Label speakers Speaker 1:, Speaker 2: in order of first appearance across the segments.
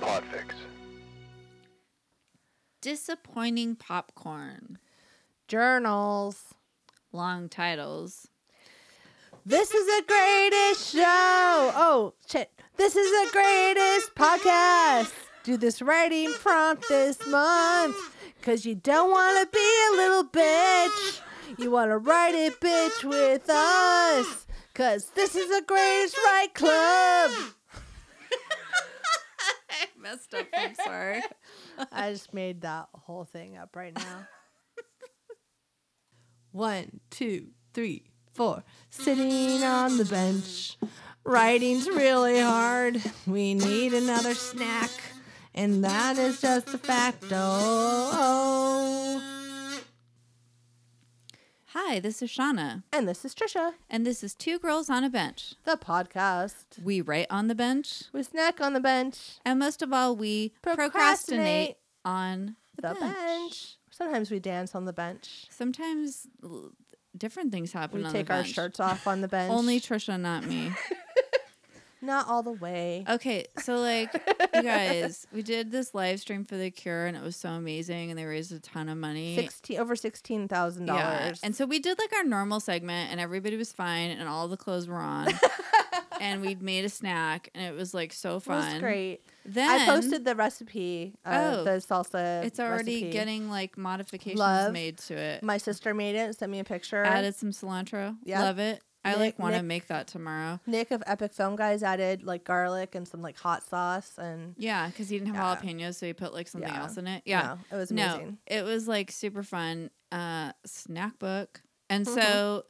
Speaker 1: Podfix.
Speaker 2: Disappointing popcorn.
Speaker 3: Journals.
Speaker 2: Long titles.
Speaker 3: This is the greatest show. Oh, shit. This is the greatest podcast. Do this writing prompt this month because you don't want to be a little bitch. You want to write it, bitch, with us because this is the greatest write club.
Speaker 2: I messed up. I'm sorry.
Speaker 3: I just made that whole thing up right now. One, two, three, four. Sitting on the bench. Writing's really hard. We need another snack. And that is just a oh. facto.
Speaker 2: Hi, this is Shauna,
Speaker 3: And this is Trisha,
Speaker 2: and this is Two Girls on a Bench.
Speaker 3: the podcast.
Speaker 2: We write on the bench,
Speaker 3: We snack on the bench,
Speaker 2: and most of all, we procrastinate,
Speaker 3: Procrastinate.
Speaker 2: on
Speaker 3: the bench. Sometimes we dance on the bench.
Speaker 2: Sometimes l- different things happen
Speaker 3: We
Speaker 2: on
Speaker 3: take
Speaker 2: the
Speaker 3: our
Speaker 2: bench.
Speaker 3: shirts off on the bench.
Speaker 2: Only Trisha, not me.
Speaker 3: not all the way.
Speaker 2: Okay, so like you guys, we did this live stream for the cure and it was so amazing and they raised a ton of money.
Speaker 3: Sixteen over sixteen thousand
Speaker 2: Yeah.
Speaker 3: dollars.
Speaker 2: And so we did like our normal segment and everybody was fine and all the clothes were on. and we made a snack and it was like so
Speaker 3: It was
Speaker 2: fun.
Speaker 3: great.
Speaker 2: Then
Speaker 3: I posted the recipe, uh,
Speaker 2: Oh.
Speaker 3: the salsa.
Speaker 2: it's already
Speaker 3: recipe.
Speaker 2: getting like modifications
Speaker 3: Love.
Speaker 2: made to it.
Speaker 3: My sister made it. and Sent me a picture.
Speaker 2: Added some cilantro.
Speaker 3: Yep.
Speaker 2: Love it. I
Speaker 3: Nick-
Speaker 2: like want to
Speaker 3: Nick-
Speaker 2: make that tomorrow.
Speaker 3: Nick of Epic Film Guys added like garlic and some like hot sauce and
Speaker 2: Yeah, because he didn't have
Speaker 3: Yeah.
Speaker 2: jalapenos, so he put like something
Speaker 3: Yeah.
Speaker 2: else in it. Yeah.
Speaker 3: no, it was
Speaker 2: No,
Speaker 3: amazing.
Speaker 2: it was like super fun uh, snack book. And so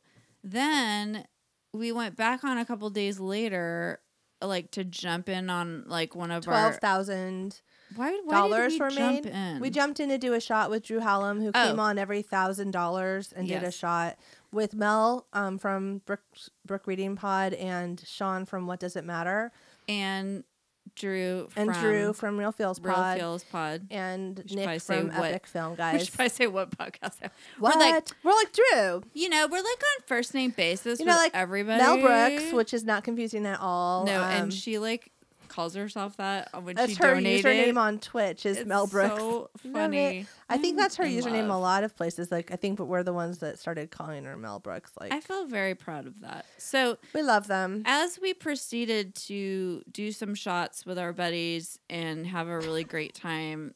Speaker 2: then we went back on a couple days later, like to jump in on like one of
Speaker 3: Twelve
Speaker 2: our
Speaker 3: thousand
Speaker 2: why, why
Speaker 3: dollars
Speaker 2: did
Speaker 3: were
Speaker 2: we jump
Speaker 3: made.
Speaker 2: in?
Speaker 3: We jumped in to do a shot with Drew Hallam, who came
Speaker 2: Oh.
Speaker 3: on every thousand dollars and did a
Speaker 2: Yes.
Speaker 3: shot with Mel um, from Brook Brook Reading Pod and Sean from What Does It Matter
Speaker 2: and Drew
Speaker 3: and
Speaker 2: from
Speaker 3: Drew from Real Feels
Speaker 2: Real
Speaker 3: Pod
Speaker 2: Feels Pod.
Speaker 3: and
Speaker 2: should probably
Speaker 3: Nick
Speaker 2: say
Speaker 3: from
Speaker 2: what-
Speaker 3: Epic Film
Speaker 2: I
Speaker 3: Guys.
Speaker 2: should probably say what podcast.
Speaker 3: What?
Speaker 2: We're like
Speaker 3: we're like Drew.
Speaker 2: you know we're like on first name basis.
Speaker 3: You know,
Speaker 2: with
Speaker 3: like
Speaker 2: everybody.
Speaker 3: Mel Brooks, which is not confusing at all.
Speaker 2: no,
Speaker 3: Um,
Speaker 2: and she like calls herself that when
Speaker 3: that's
Speaker 2: she
Speaker 3: her
Speaker 2: donated.
Speaker 3: username on Twitch is
Speaker 2: It's
Speaker 3: Mel Brooks.
Speaker 2: So
Speaker 3: Love it.
Speaker 2: funny.
Speaker 3: I think that's her
Speaker 2: in
Speaker 3: username a
Speaker 2: love.
Speaker 3: lot of places. Like I think, but we're the ones that started calling her Mel Brooks. Like
Speaker 2: I feel very proud of that. So,
Speaker 3: we love them.
Speaker 2: as we proceeded to do some shots with our buddies and have a really great time,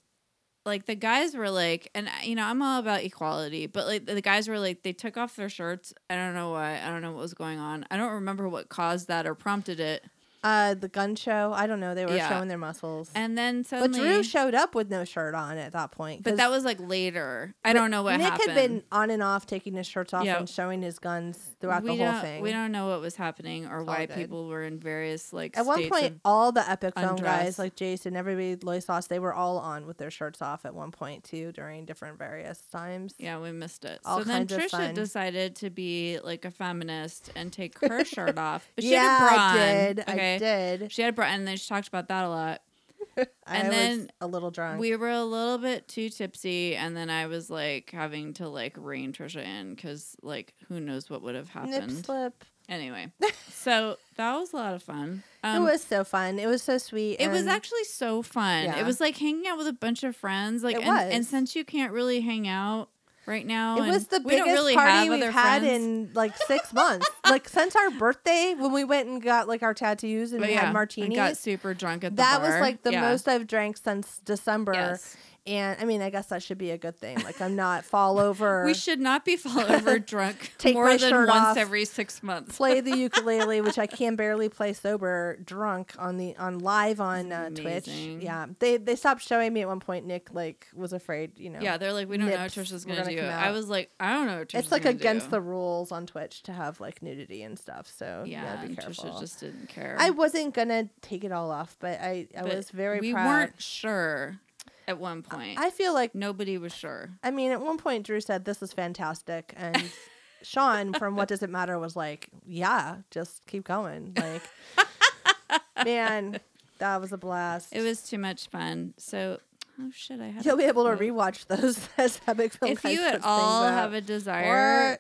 Speaker 2: like the guys were like, and I- you know, I'm all about equality, but like the guys were like, they took off their shirts. I don't know why. I don't know what was going on. I don't remember what caused that or prompted it.
Speaker 3: Uh, the gun show. I don't know. They were
Speaker 2: Yeah.
Speaker 3: showing their muscles.
Speaker 2: And then
Speaker 3: but
Speaker 2: suddenly,
Speaker 3: Drew showed up with no shirt on at that point.
Speaker 2: but
Speaker 3: 'cause
Speaker 2: that was like later. I don't know what
Speaker 3: Nick
Speaker 2: happened.
Speaker 3: had been on and off taking his shirts off
Speaker 2: Yeah.
Speaker 3: and showing his guns throughout
Speaker 2: we
Speaker 3: the whole
Speaker 2: don't,
Speaker 3: thing.
Speaker 2: We don't know what was happening or why
Speaker 3: good.
Speaker 2: people were in various like
Speaker 3: At one
Speaker 2: states
Speaker 3: point,
Speaker 2: of
Speaker 3: all the epic film
Speaker 2: undress.
Speaker 3: guys like Jason, everybody, Loy Sauce, they were all on with their shirts off at one point too during different various times.
Speaker 2: Yeah, we missed it.
Speaker 3: All
Speaker 2: so then
Speaker 3: kinds of
Speaker 2: Trisha
Speaker 3: fun.
Speaker 2: decided to be like a feminist and take her shirt off. But she
Speaker 3: Yeah,
Speaker 2: had a bra
Speaker 3: I
Speaker 2: on,
Speaker 3: did.
Speaker 2: Okay.
Speaker 3: I did.
Speaker 2: She had a bra and then she talked about that a lot. And
Speaker 3: I was
Speaker 2: then
Speaker 3: a little drunk.
Speaker 2: We were a little bit too tipsy and then I was like having to like rein Trisha in cuz like who knows what would have
Speaker 3: Nip
Speaker 2: happened.
Speaker 3: slip.
Speaker 2: Anyway. so that was a lot of fun. Um,
Speaker 3: it was so fun. It was so sweet.
Speaker 2: it was
Speaker 3: and
Speaker 2: actually so fun.
Speaker 3: Yeah.
Speaker 2: It was like hanging out with a bunch of friends. Like
Speaker 3: It
Speaker 2: and, and
Speaker 3: was.
Speaker 2: since you can't really hang out right now,
Speaker 3: It
Speaker 2: and
Speaker 3: was the
Speaker 2: we
Speaker 3: biggest
Speaker 2: don't really have
Speaker 3: party we've
Speaker 2: other
Speaker 3: had
Speaker 2: friends.
Speaker 3: in like six months. like since our birthday, when we went and got like our tattoos and
Speaker 2: But
Speaker 3: we
Speaker 2: yeah,
Speaker 3: had
Speaker 2: I got
Speaker 3: martinis.
Speaker 2: super drunk at the
Speaker 3: That was
Speaker 2: bar.
Speaker 3: like the
Speaker 2: Yeah.
Speaker 3: most I've drank since December.
Speaker 2: Yes.
Speaker 3: And I mean, I guess that should be a good thing. Like I'm not fall over.
Speaker 2: We should not be fall over drunk
Speaker 3: Take
Speaker 2: more
Speaker 3: my
Speaker 2: than
Speaker 3: shirt
Speaker 2: once
Speaker 3: off.
Speaker 2: every six months.
Speaker 3: play the ukulele, which I can barely play sober, drunk on the on live on uh, Twitch.
Speaker 2: Amazing.
Speaker 3: Yeah, they they stopped showing me at one point. Nick like was afraid, you know.
Speaker 2: yeah, they're like, we don't know what
Speaker 3: Nips
Speaker 2: Trisha's
Speaker 3: were
Speaker 2: gonna,
Speaker 3: gonna
Speaker 2: do.
Speaker 3: come
Speaker 2: I
Speaker 3: out.
Speaker 2: was like, I don't know. What Trisha's
Speaker 3: it's like
Speaker 2: gonna
Speaker 3: against
Speaker 2: do.
Speaker 3: the rules on Twitch to have like nudity and stuff. So
Speaker 2: yeah.
Speaker 3: yeah, be
Speaker 2: and
Speaker 3: careful.
Speaker 2: Trisha just didn't care.
Speaker 3: I wasn't gonna take it all off, but I I
Speaker 2: But
Speaker 3: was very
Speaker 2: We
Speaker 3: proud.
Speaker 2: weren't sure at one point.
Speaker 3: I feel like
Speaker 2: Nobody was sure.
Speaker 3: I mean, at one point Drew said this is fantastic, and Sean from What Does It Matter was like, yeah, just keep going. Like, man, that was a blast.
Speaker 2: It was too much fun. So, oh shit, I had.
Speaker 3: You'll
Speaker 2: a
Speaker 3: be able to
Speaker 2: quote.
Speaker 3: rewatch those as epic film.
Speaker 2: If you at all have a desire to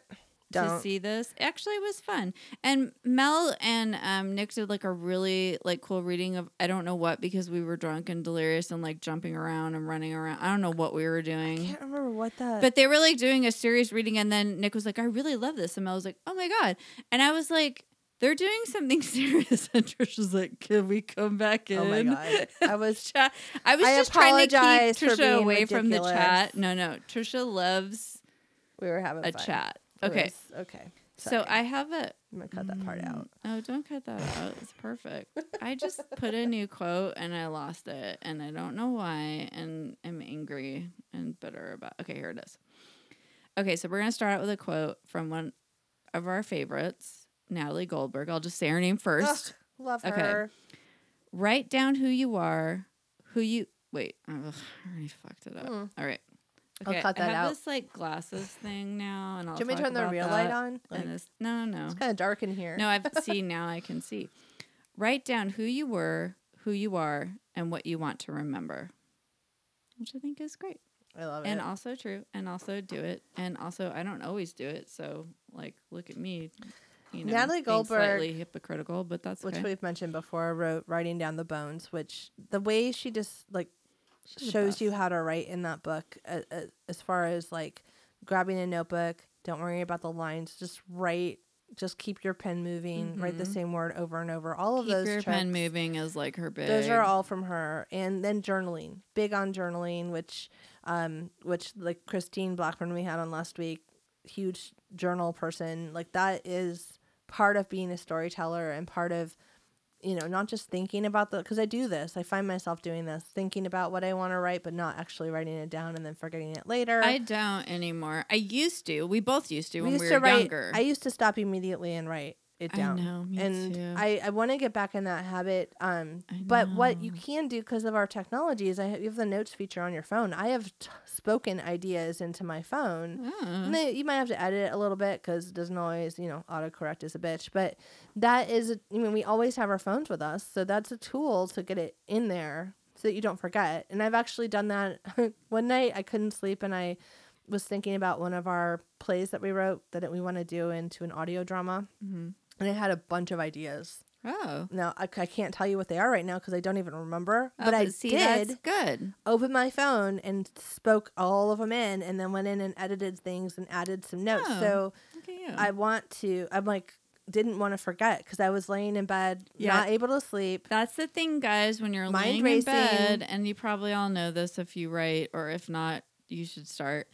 Speaker 3: Don't.
Speaker 2: see this. Actually, it was fun. And Mel and um, Nick did like a really like cool reading of I don't know what because we were drunk and delirious and like jumping around and running around. I don't know what we were
Speaker 3: I
Speaker 2: doing.
Speaker 3: can't remember what that.
Speaker 2: But they were like doing a serious reading, and then Nick was like, "I really love this," and Mel was like, "Oh my god!" And I was like, "They're doing something serious," and Trish was like, "Can we come back in?"
Speaker 3: oh my god, I was.
Speaker 2: chat. I was
Speaker 3: I
Speaker 2: just trying to
Speaker 3: apologize for
Speaker 2: keep Trisha
Speaker 3: being
Speaker 2: away from the
Speaker 3: ridiculous.
Speaker 2: chat. No, no, Trisha loves
Speaker 3: We were having
Speaker 2: a
Speaker 3: fun.
Speaker 2: chat.
Speaker 3: It
Speaker 2: Okay,
Speaker 3: was- okay.
Speaker 2: so
Speaker 3: Sorry.
Speaker 2: I have a.
Speaker 3: I'm gonna cut that part out.
Speaker 2: Oh, don't cut that out. It's perfect. I just put a new quote and I lost it, and I don't know why, and I'm angry and bitter about. Okay, here it is. Okay, so we're gonna start out with a quote from one of our favorites, Natalie Goldberg. I'll just say her name Mm, first.
Speaker 3: Ugh, love
Speaker 2: Okay.
Speaker 3: her.
Speaker 2: write down who you are, who you wait. Ugh, I already fucked it up.
Speaker 3: Mm.
Speaker 2: All right.
Speaker 3: I'll cut
Speaker 2: I
Speaker 3: that
Speaker 2: have
Speaker 3: out.
Speaker 2: this like glasses thing now, and I'll.
Speaker 3: Do you want me to
Speaker 2: talk
Speaker 3: turn the
Speaker 2: about
Speaker 3: real
Speaker 2: that.
Speaker 3: light on? Like,
Speaker 2: And this, no, no,
Speaker 3: it's kind of dark in here.
Speaker 2: no. I've seen now. I can see. Write down who you were, who you are, and what you want to remember, which I think is great,
Speaker 3: I love
Speaker 2: and
Speaker 3: it.
Speaker 2: also true, and also do it, and also I don't always do it, so like look at me. You know,
Speaker 3: Natalie
Speaker 2: being
Speaker 3: Goldberg-
Speaker 2: slightly hypocritical, but that's
Speaker 3: Which
Speaker 2: okay.
Speaker 3: we've mentioned before, wrote writing down the bones. Which the way she just like
Speaker 2: She's the
Speaker 3: shows you
Speaker 2: best.
Speaker 3: how to write in that book, uh, uh, as far as like grabbing a notebook. Don't worry about the lines. Just write. Just keep your pen moving. Write the
Speaker 2: Mhm.
Speaker 3: same word over and over. All of
Speaker 2: Keep
Speaker 3: those
Speaker 2: your pen
Speaker 3: tricks.
Speaker 2: moving is like her big.
Speaker 3: Those are all from her, and then journaling. Big on journaling, which, um, which like Christine Blackburn we had on last week, huge journal person. Like that is part of being a storyteller and part of, you know, not just thinking about the. Because I do this, I find myself doing this, thinking about what I want to write, but not actually writing it down and then forgetting it later.
Speaker 2: I don't anymore. I used to. We both used to
Speaker 3: We
Speaker 2: when
Speaker 3: used
Speaker 2: we were
Speaker 3: to write.
Speaker 2: younger.
Speaker 3: I used to stop immediately and write it
Speaker 2: I
Speaker 3: down
Speaker 2: know, me
Speaker 3: and
Speaker 2: too.
Speaker 3: I, I want to get back in that habit. Um,
Speaker 2: I
Speaker 3: but what you
Speaker 2: know.
Speaker 3: can do because of our technology is I have, you have the notes feature on your phone. I have t- spoken ideas into my phone.
Speaker 2: Oh.
Speaker 3: And they, you might have to edit it a little bit because it doesn't always, you know, autocorrect is a bitch. But that is, a, I mean, we always have our phones with us, so that's a tool to get it in there so that you don't forget. And I've actually done that one night. I couldn't sleep, and I was thinking about one of our plays that we wrote that we want to do into an audio drama,
Speaker 2: Mhm.
Speaker 3: and I had a bunch of ideas.
Speaker 2: Oh.
Speaker 3: Now I, c- I can't tell you what they are right now because I don't even remember.
Speaker 2: Oh,
Speaker 3: but I
Speaker 2: see,
Speaker 3: did
Speaker 2: That's good.
Speaker 3: open my phone and spoke all of them in, and then went in and edited things and added some notes.
Speaker 2: Oh.
Speaker 3: So
Speaker 2: Look at you.
Speaker 3: I want to. I'm like didn't want to forget because I was laying in bed,
Speaker 2: Yeah.
Speaker 3: not able to sleep.
Speaker 2: that's the thing, guys. When you're
Speaker 3: Mind
Speaker 2: laying
Speaker 3: racing.
Speaker 2: in bed, and you probably all know this if you write, or if not, you should start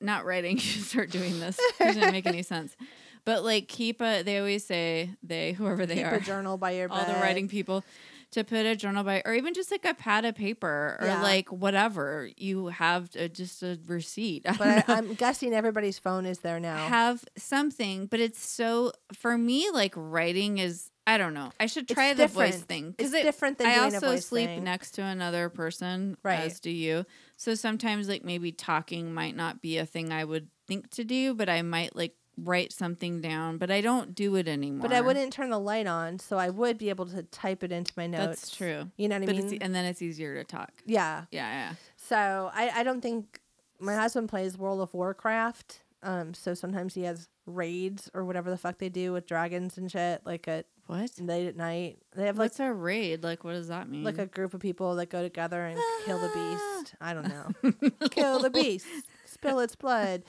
Speaker 2: not writing. You should start doing this. It didn't make any sense. But like, keep a. They always say they, whoever they
Speaker 3: Keep
Speaker 2: are,
Speaker 3: a journal by your
Speaker 2: all
Speaker 3: bed.
Speaker 2: the writing people to put a journal by or even just like a pad of paper or
Speaker 3: Yeah.
Speaker 2: like whatever you have uh just a receipt I
Speaker 3: But
Speaker 2: don't
Speaker 3: I,
Speaker 2: know.
Speaker 3: I'm guessing everybody's phone is there now.
Speaker 2: have something but it's so for me like writing is i don't know i should
Speaker 3: It's
Speaker 2: try the voice
Speaker 3: different.
Speaker 2: thing
Speaker 3: it's
Speaker 2: because it
Speaker 3: different than
Speaker 2: I
Speaker 3: doing a
Speaker 2: also
Speaker 3: voice
Speaker 2: sleep
Speaker 3: thing.
Speaker 2: next to another person,
Speaker 3: Right.
Speaker 2: as do you. So sometimes, like maybe talking might not be a thing I would think to do, but I might like write something down. But I don't do it anymore.
Speaker 3: But I wouldn't turn the light on, so I would be able to type it into my notes.
Speaker 2: That's true.
Speaker 3: You know what
Speaker 2: But
Speaker 3: I mean?
Speaker 2: it's, and then it's easier to talk.
Speaker 3: yeah.
Speaker 2: Yeah, yeah.
Speaker 3: So I, I don't think my husband plays World of Warcraft. Um, so sometimes he has raids or whatever the fuck they do with dragons and shit, like at
Speaker 2: What?
Speaker 3: late at night. They have like
Speaker 2: What's a raid? Like, what does that mean?
Speaker 3: like a group of people that go together and kill the beast. I don't know. kill the beast. Spill its blood.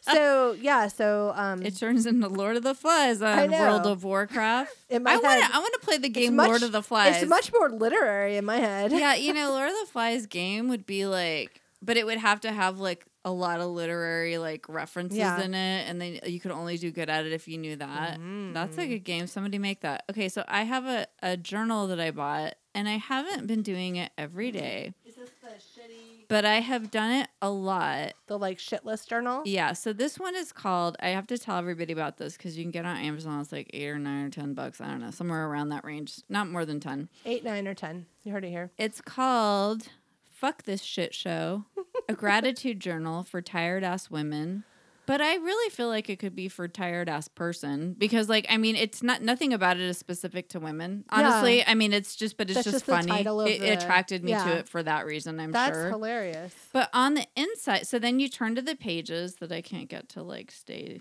Speaker 3: So yeah, so um
Speaker 2: It turns into Lord of the Flies
Speaker 3: I
Speaker 2: on World
Speaker 3: know.
Speaker 2: of Warcraft.
Speaker 3: In my
Speaker 2: I want
Speaker 3: head,
Speaker 2: to. I want to play the game
Speaker 3: much-
Speaker 2: Lord of the Flies.
Speaker 3: it's much more literary in my head.
Speaker 2: yeah, you know, Lord of the Flies game would be like, but it would have to have like a lot of literary like references
Speaker 3: Yeah.
Speaker 2: in it, and then you could only do good at it if you knew that. That's a good game. Somebody make that. Okay, so I have a, a journal that I bought, and I haven't been doing it every day,
Speaker 3: Is this the shitty
Speaker 2: but I have done it a lot.
Speaker 3: the like shitless journal?
Speaker 2: Yeah, so this one is called. I have to tell everybody about this because you can get it on Amazon. It's like eight or nine or ten bucks. I don't know, somewhere around that range, not more than ten.
Speaker 3: Eight, nine, or ten. You heard it here.
Speaker 2: It's called "Fuck This Shit Show," a gratitude journal for tired ass women. But I really feel like it could be for tired ass person because, like, I mean, it's not nothing about it is specific to women. Honestly, I mean, it's just, but it's
Speaker 3: That's
Speaker 2: just,
Speaker 3: just the
Speaker 2: funny.
Speaker 3: title of
Speaker 2: it, it
Speaker 3: the-
Speaker 2: attracted me
Speaker 3: yeah.
Speaker 2: to it for that reason. I'm
Speaker 3: That's
Speaker 2: sure.
Speaker 3: hilarious.
Speaker 2: But on the inside, so then you turn to the pages that I can't get to like stay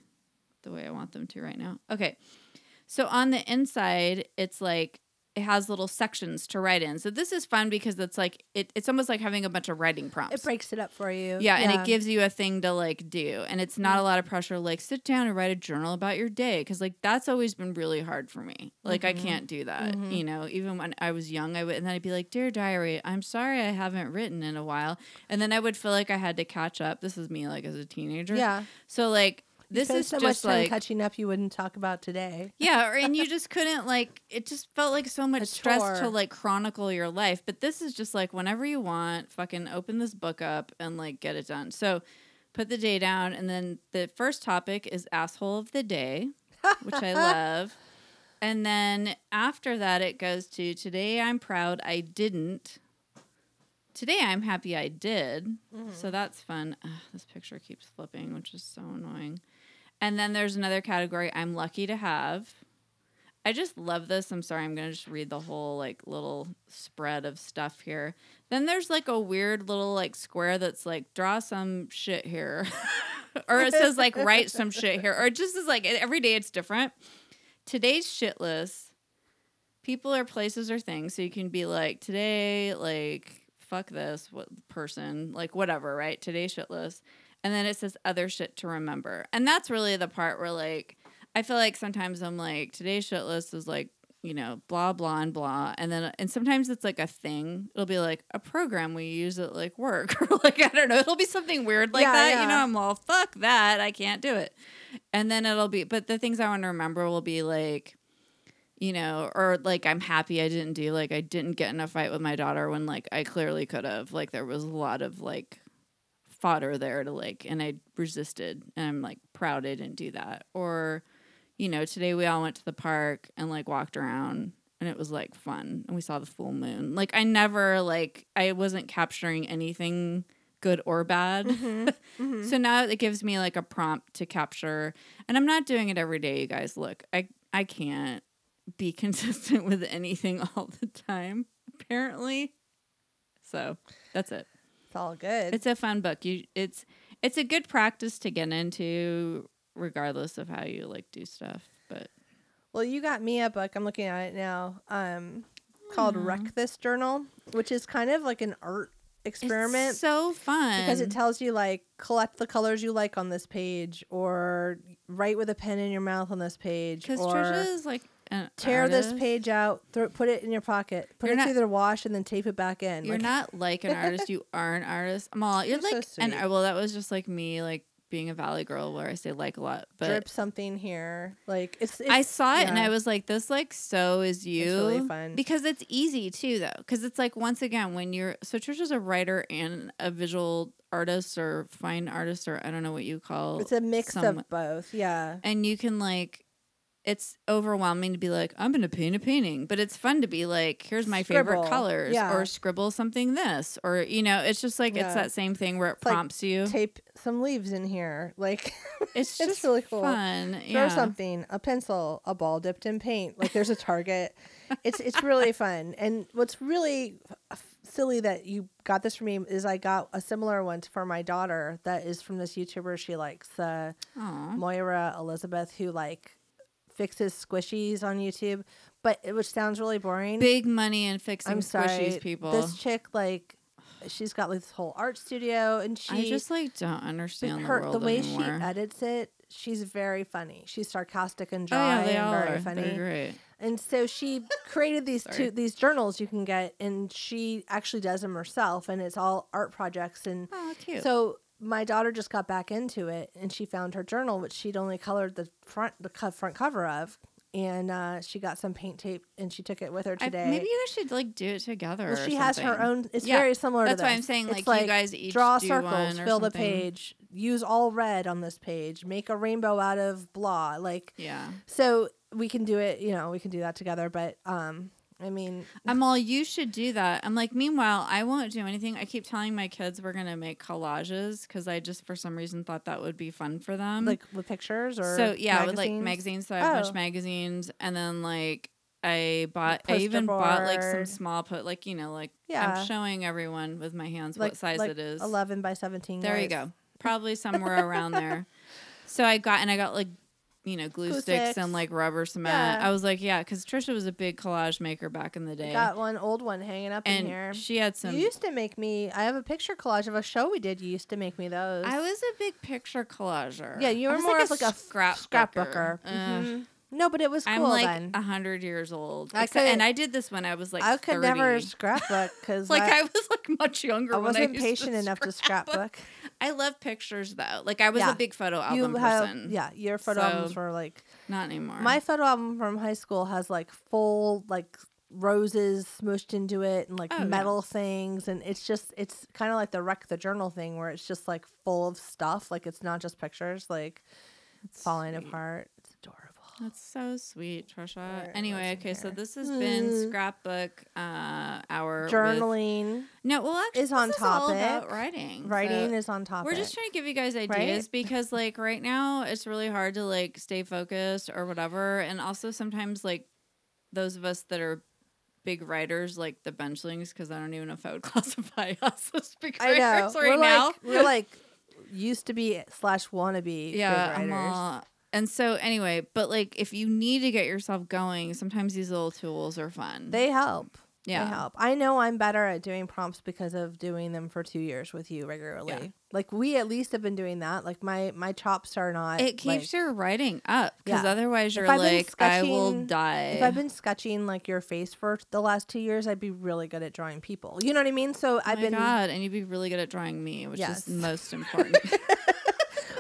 Speaker 2: the way I want them to right now. Okay. So on the inside, it's like it has little sections to write in. So this is fun because it's like it, it's almost like having a bunch of writing prompts.
Speaker 3: It breaks it up for you.
Speaker 2: Yeah, and it gives you a thing to like do. And it's not a lot of pressure like sit down and write a journal about your day cuz like that's always been really hard for me. Like I
Speaker 3: Mhm.
Speaker 2: can't do that.
Speaker 3: Mhm.
Speaker 2: You know, even when I was young I would and then I'd be like, "Dear diary, I'm sorry I haven't written in a while." And then I would feel like I had to catch up. This is me like as a teenager.
Speaker 3: Yeah.
Speaker 2: So like this
Speaker 3: Spend
Speaker 2: is
Speaker 3: so
Speaker 2: just
Speaker 3: much time
Speaker 2: like
Speaker 3: catching up you wouldn't talk about today.
Speaker 2: yeah, or, and you just couldn't like it just felt like so much
Speaker 3: A
Speaker 2: stress to
Speaker 3: chore.
Speaker 2: like chronicle your life. But this is just like whenever you want, fucking open this book up and like get it done. So put the day down and then the first topic is asshole of the day, which I love. And then after that it goes to today I'm proud I didn't. Today I'm happy I did.
Speaker 3: Mm-hmm.
Speaker 2: So that's fun. Ugh, this picture keeps flipping, which is so annoying. And then there's another category I'm lucky to have. I just love this. I'm sorry. I'm going to just read the whole like little spread of stuff here. Then there's like a weird little like square that's like draw some shit here. or it says like write some shit here. Or it just is like every day it's different. Today's shit list people or places or things so you can be like today like fuck this what person like whatever right today's shit list and then it says other shit to remember and that's really the part where like i feel like sometimes i'm like today's shit list is like you know blah blah and blah and then and sometimes it's like a thing it'll be like a program we use at like work or like i don't know it'll be something weird like
Speaker 3: Yeah,
Speaker 2: that
Speaker 3: yeah.
Speaker 2: you know i'm all fuck that i can't do it and then it'll be but the things i want to remember will be like you know, or like I'm happy I didn't do like I didn't get in a fight with my daughter when like I clearly could have. Like there was a lot of like fodder there to like and I resisted and I'm like proud I didn't do that. Or, you know, today we all went to the park and like walked around and it was like fun and we saw the full moon. Like I never like I wasn't capturing anything good or bad.
Speaker 3: Mhm.
Speaker 2: So now it gives me like a prompt to capture, and I'm not doing it every day, you guys. Look, I I can't be consistent with anything all the time, apparently. So that's it.
Speaker 3: It's all good.
Speaker 2: It's a fun book. You it's it's a good practice to get into, regardless of how you like do stuff. But
Speaker 3: Well, you got me a book. I'm looking at it now. Um, called "Wreck This Journal," which is kind of like an art experiment
Speaker 2: it's so fun
Speaker 3: because it tells you like collect the colors you like on this page, or write with a pen in your mouth on this page,
Speaker 2: because
Speaker 3: or
Speaker 2: Trisha is like an
Speaker 3: tear this
Speaker 2: artist.
Speaker 3: page out, throw, put it in your pocket, put
Speaker 2: You're
Speaker 3: it
Speaker 2: not-
Speaker 3: through the wash, and then tape it back in.
Speaker 2: You're
Speaker 3: Like,
Speaker 2: not like an artist. You are an artist. Amal, you're,
Speaker 3: You're so
Speaker 2: like, and uh,
Speaker 3: sweet.
Speaker 2: well, that was just like me, like being a valley girl, where I say like a lot, but
Speaker 3: drip something here. Like it's, it's
Speaker 2: I saw it and
Speaker 3: yeah.
Speaker 2: I was like, this like so is you.
Speaker 3: really fun.
Speaker 2: Because it's easy too though. Because it's like once again when you're so Trisha's a writer and a visual artist or fine artist or I don't know what you call
Speaker 3: it's a mix
Speaker 2: someone-
Speaker 3: of both. Yeah.
Speaker 2: and you can like it's overwhelming to be like i'm gonna paint a painting but it's fun to be like here's my
Speaker 3: Scribble.
Speaker 2: favorite colors
Speaker 3: Yeah.
Speaker 2: or scribble something this or you know it's just like
Speaker 3: Yeah.
Speaker 2: it's that same thing where it
Speaker 3: like
Speaker 2: prompts you
Speaker 3: Tape some leaves in here. Like
Speaker 2: it's
Speaker 3: it's
Speaker 2: just
Speaker 3: really cool.
Speaker 2: fun
Speaker 3: throw
Speaker 2: yeah
Speaker 3: something a pencil a ball dipped in paint like there's a target it's it's really fun and what's really f- silly that you got this for me is i got a similar one for my daughter that is from this youtuber she likes uh,
Speaker 2: Aw.
Speaker 3: moira elizabeth who like fixes squishies on youtube but it, which sounds really boring
Speaker 2: big money and fixing
Speaker 3: i'm sorry
Speaker 2: squishies people
Speaker 3: this chick like she's got like, this whole art studio and she
Speaker 2: i just like don't
Speaker 3: but
Speaker 2: understand
Speaker 3: her
Speaker 2: the world
Speaker 3: the way
Speaker 2: anymore
Speaker 3: she edits it she's very funny she's sarcastic and
Speaker 2: oh
Speaker 3: dry
Speaker 2: yeah they
Speaker 3: and
Speaker 2: all
Speaker 3: very
Speaker 2: are
Speaker 3: funny
Speaker 2: they're great
Speaker 3: and so she created these
Speaker 2: Sorry.
Speaker 3: two these journals you can get and she actually does them herself and it's all art projects and
Speaker 2: oh cute
Speaker 3: so my daughter just got back into it and she found her journal which she'd only colored the front the co- front cover of and uh, she got some paint tape and she took it with her
Speaker 2: I-
Speaker 3: today
Speaker 2: maybe you guys should like do it together
Speaker 3: well,
Speaker 2: or
Speaker 3: she has her
Speaker 2: something.
Speaker 3: own. It's
Speaker 2: Yeah,
Speaker 3: very similar. to
Speaker 2: that's why
Speaker 3: this.
Speaker 2: I'm saying,
Speaker 3: It's
Speaker 2: like, you guys each
Speaker 3: draw
Speaker 2: do
Speaker 3: circles,
Speaker 2: one or
Speaker 3: fill the
Speaker 2: something.
Speaker 3: page, use all red on this page, make a rainbow out of blah. Like,
Speaker 2: yeah
Speaker 3: so we can do it. You know, we can do that together. But um, I mean,
Speaker 2: I'm all you should do that. I'm like, meanwhile, I won't do anything. I keep telling my kids we're gonna make collages because I just for some reason thought that would be fun for them.
Speaker 3: like with pictures or
Speaker 2: Um, so yeah, with like
Speaker 3: magazines?
Speaker 2: magazines. So I have a bunch
Speaker 3: Oh.
Speaker 2: of magazines, and then like I bought, I
Speaker 3: poster
Speaker 2: even bought like some
Speaker 3: board.
Speaker 2: small put, like you know, like
Speaker 3: Yeah.
Speaker 2: I'm showing everyone with my hands
Speaker 3: Like-
Speaker 2: what size
Speaker 3: like
Speaker 2: it is.
Speaker 3: Eleven by seventeen.
Speaker 2: There you
Speaker 3: guys.
Speaker 2: go. Probably somewhere around there. So I got and I got like you know, glue
Speaker 3: Glue
Speaker 2: sticks,
Speaker 3: sticks.
Speaker 2: and like rubber cement.
Speaker 3: Yeah.
Speaker 2: I was like, yeah, because Trisha was a big collage maker back in the day.
Speaker 3: Got one old one hanging up in here.
Speaker 2: and she had some.
Speaker 3: you used to make me. I have a picture collage of a show we did. You used to make me those.
Speaker 2: I was a big picture collager.
Speaker 3: yeah, you
Speaker 2: I
Speaker 3: were
Speaker 2: was
Speaker 3: more of like a
Speaker 2: scrap
Speaker 3: scrapbooker. Mhm. No, but it was cool
Speaker 2: Uh, Mm-hmm. I'm like
Speaker 3: then.
Speaker 2: a hundred years old.
Speaker 3: I
Speaker 2: Except- and
Speaker 3: couldn't-
Speaker 2: I did this when I was like
Speaker 3: I could
Speaker 2: 30.
Speaker 3: never scrapbook because
Speaker 2: like I,
Speaker 3: I,
Speaker 2: was like much younger.
Speaker 3: I
Speaker 2: when
Speaker 3: wasn't
Speaker 2: used
Speaker 3: patient enough to scrapbook.
Speaker 2: I love pictures though. Like I was
Speaker 3: Yeah.
Speaker 2: a big photo album
Speaker 3: have
Speaker 2: person.
Speaker 3: yeah, your photo
Speaker 2: So- uh-huh.
Speaker 3: albums were like
Speaker 2: not anymore.
Speaker 3: my photo album from high school has like full like roses smooshed into it and like
Speaker 2: Oh, yeah.
Speaker 3: metal things and it's just it's kind of like the wreck the journal thing where it's just like full of stuff like it's not just pictures like it's falling
Speaker 2: sweet.
Speaker 3: apart it's adorable
Speaker 2: That's so sweet, Trisha.
Speaker 3: Alright,
Speaker 2: anyway,
Speaker 3: let's
Speaker 2: okay, so
Speaker 3: hear.
Speaker 2: this has been
Speaker 3: Mm.
Speaker 2: scrapbook uh hour with-
Speaker 3: journaling
Speaker 2: no, well, actually,
Speaker 3: is on
Speaker 2: this all
Speaker 3: topic.
Speaker 2: about writing.
Speaker 3: writing
Speaker 2: so
Speaker 3: is on top
Speaker 2: We're just trying to give you guys ideas because, like, right now it's really hard to like stay focused or whatever, and also sometimes like those of us that are big writers, like the benchlings, because I don't even know if I would classify us as big
Speaker 3: i
Speaker 2: writers
Speaker 3: know
Speaker 2: right
Speaker 3: we're
Speaker 2: now.
Speaker 3: like we're like used to be slash wannabe
Speaker 2: yeah,
Speaker 3: big
Speaker 2: I'm
Speaker 3: writers.
Speaker 2: all- And so, anyway, but like, if you need to get yourself going, sometimes these little tools are fun.
Speaker 3: they help yeah.
Speaker 2: yeah.
Speaker 3: help. I know I'm better at doing prompts because of doing them for two years with you regularly.
Speaker 2: Yeah.
Speaker 3: Like we at least have been doing that. Like my my chops are not.
Speaker 2: It keeps
Speaker 3: like,
Speaker 2: your writing up because
Speaker 3: Yeah.
Speaker 2: otherwise you're
Speaker 3: I've been
Speaker 2: like, I will
Speaker 3: sketching-
Speaker 2: die.
Speaker 3: If I've been sketching like your face for the last two years, I'd be really good at drawing people. You know what I mean? So
Speaker 2: Oh
Speaker 3: I've
Speaker 2: my
Speaker 3: been,
Speaker 2: God, and you'd be really good at drawing me, which
Speaker 3: Yes.
Speaker 2: is most important.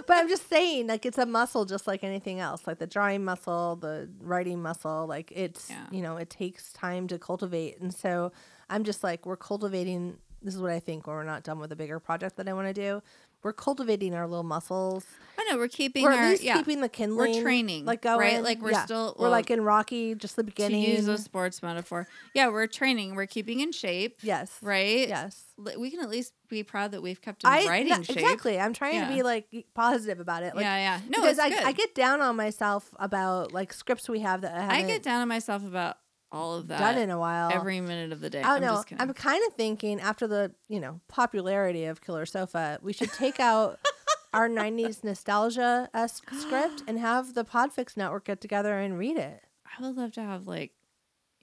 Speaker 3: but I'm just saying, like it's a muscle, just like anything else, like the drawing muscle, the writing muscle. Like it's
Speaker 2: Yeah.
Speaker 3: you know it takes time to cultivate, and so I'm just like we're cultivating. This is what I think when we're not done with a bigger project that I want to do. We're cultivating our little muscles.
Speaker 2: I know we're keeping
Speaker 3: we're
Speaker 2: our
Speaker 3: at least
Speaker 2: yeah
Speaker 3: keeping the kindling.
Speaker 2: training,
Speaker 3: like going,
Speaker 2: right? Like, we're
Speaker 3: yeah.
Speaker 2: still-
Speaker 3: we're
Speaker 2: well,
Speaker 3: like in Rocky, just the
Speaker 2: to
Speaker 3: beginning.
Speaker 2: use a sports metaphor. Yeah, we're training. We're keeping in shape,
Speaker 3: yes,
Speaker 2: right?
Speaker 3: yes.
Speaker 2: L- we can at least be proud that we've kept in
Speaker 3: I
Speaker 2: writing
Speaker 3: no,
Speaker 2: shape.
Speaker 3: exactly. I'm trying to
Speaker 2: Yeah.
Speaker 3: be like positive about it. Like,
Speaker 2: yeah, yeah. No,
Speaker 3: because
Speaker 2: it's
Speaker 3: I,
Speaker 2: good.
Speaker 3: I get down on myself about like scripts we have that I
Speaker 2: I
Speaker 3: haven't
Speaker 2: get down on myself about all of that
Speaker 3: done in a while.
Speaker 2: every minute of the day.
Speaker 3: I don't
Speaker 2: I'm
Speaker 3: know.
Speaker 2: just kidding.
Speaker 3: I'm kind of thinking after the you know popularity of Killer Sofa, we should take out our '90s nostalgia esque script and have the Podfix Network get together and read it.
Speaker 2: I would love to have like,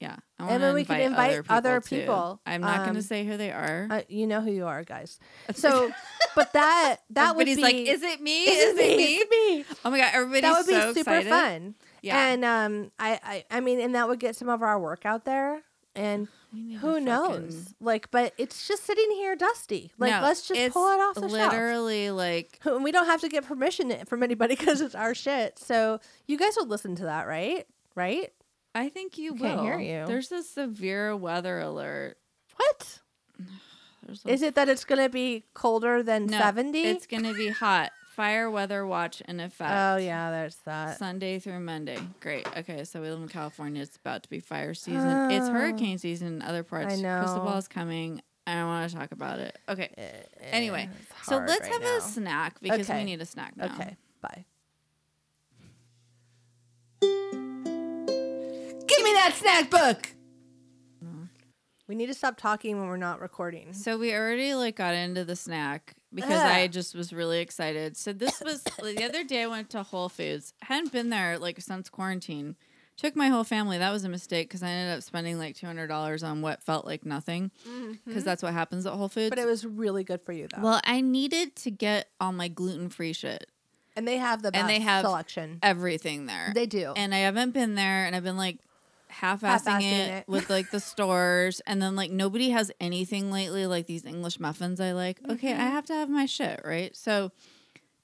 Speaker 2: yeah. I
Speaker 3: And
Speaker 2: wanna
Speaker 3: then we could invite other
Speaker 2: too.
Speaker 3: people.
Speaker 2: I'm not going
Speaker 3: Um,
Speaker 2: to say who they are.
Speaker 3: Uh, you know who you are, guys. So, but that that
Speaker 2: Everybody's
Speaker 3: would be
Speaker 2: like, is it me?
Speaker 3: Is it me?
Speaker 2: me?
Speaker 3: It's me.
Speaker 2: Oh my god, everybody's
Speaker 3: That would be
Speaker 2: so
Speaker 3: super
Speaker 2: excited.
Speaker 3: fun.
Speaker 2: Yeah.
Speaker 3: And um, I, I I mean, and that would get some of our work out there. And
Speaker 2: We need to
Speaker 3: who
Speaker 2: fucking-
Speaker 3: knows? Like, but it's just sitting here dusty. Like,
Speaker 2: No,
Speaker 3: let's just
Speaker 2: it's
Speaker 3: pull it off the shelf.
Speaker 2: Literally, like,
Speaker 3: And we don't have to get permission from anybody because it's our shit. So you guys would listen to that, right? Right?
Speaker 2: I think you
Speaker 3: Can't
Speaker 2: will.
Speaker 3: hear you.
Speaker 2: There's a severe weather alert.
Speaker 3: What
Speaker 2: There's a-
Speaker 3: is it that it's gonna be colder than
Speaker 2: No,
Speaker 3: seventy?
Speaker 2: It's gonna be hot. Fire weather watch in effect.
Speaker 3: oh yeah, there's that.
Speaker 2: Sunday through Monday. Great. Okay, so we live in California. It's about to be fire season. It's
Speaker 3: Oh.
Speaker 2: hurricane season in other parts. Crystal
Speaker 3: know.
Speaker 2: ball is coming. I don't want to talk about it. Okay. Anyway,
Speaker 3: It's
Speaker 2: So
Speaker 3: hard
Speaker 2: let's
Speaker 3: right
Speaker 2: have
Speaker 3: now.
Speaker 2: a snack because
Speaker 3: Okay.
Speaker 2: we need a snack now.
Speaker 3: Okay, bye.
Speaker 1: Give me that snack book.
Speaker 3: We need to stop talking when we're not recording.
Speaker 2: So we already like got into the snack because
Speaker 3: Ugh.
Speaker 2: I just was really excited. So this was the other day I went to Whole Foods. Hadn't been there like since quarantine. Took my whole family. That was a mistake because I ended up spending like two hundred dollars on what felt like nothing because that's what happens at Whole Foods.
Speaker 3: Mm-hmm. But it was really good for you though.
Speaker 2: well, I needed to get all my gluten free shit,
Speaker 3: and they have the best
Speaker 2: and they have-
Speaker 3: selection.
Speaker 2: everything there.
Speaker 3: They do.
Speaker 2: and I haven't been there, and I've been like half-assing
Speaker 3: Half-assing
Speaker 2: it,
Speaker 3: it.
Speaker 2: with like the stores, and then like nobody has anything lately. Like these English muffins, I like. Okay,
Speaker 3: Mm-hmm.
Speaker 2: I have to have my shit right. So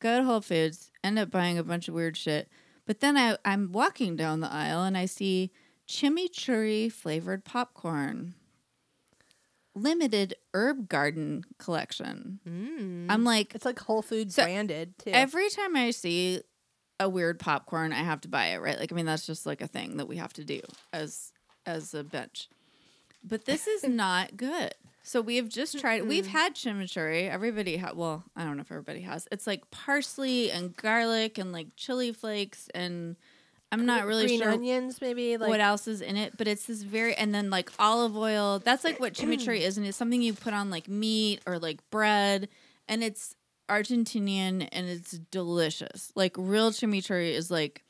Speaker 2: go to Whole Foods, end up buying a bunch of weird shit, but then I I'm walking down the aisle and I see chimichurri flavored popcorn, limited herb garden collection.
Speaker 3: mm.
Speaker 2: I'm like,
Speaker 3: It's like Whole Foods
Speaker 2: So,
Speaker 3: branded too.
Speaker 2: Every time I see a weird popcorn, I have to buy it, right? Like I mean that's just like a thing that we have to do as as a bench. But this is not good. So we have just tried we've had chimichurri. Everybody ha- well, I don't know if everybody has. It's like parsley and garlic and like chili flakes and I'm not really
Speaker 3: green
Speaker 2: sure
Speaker 3: onions, maybe like
Speaker 2: what else is in it, but it's this very and then like olive oil. That's like what chimichurri is, and it's something you put on like meat or like bread, and it's Argentinian and it's delicious. Like real chimichurri is like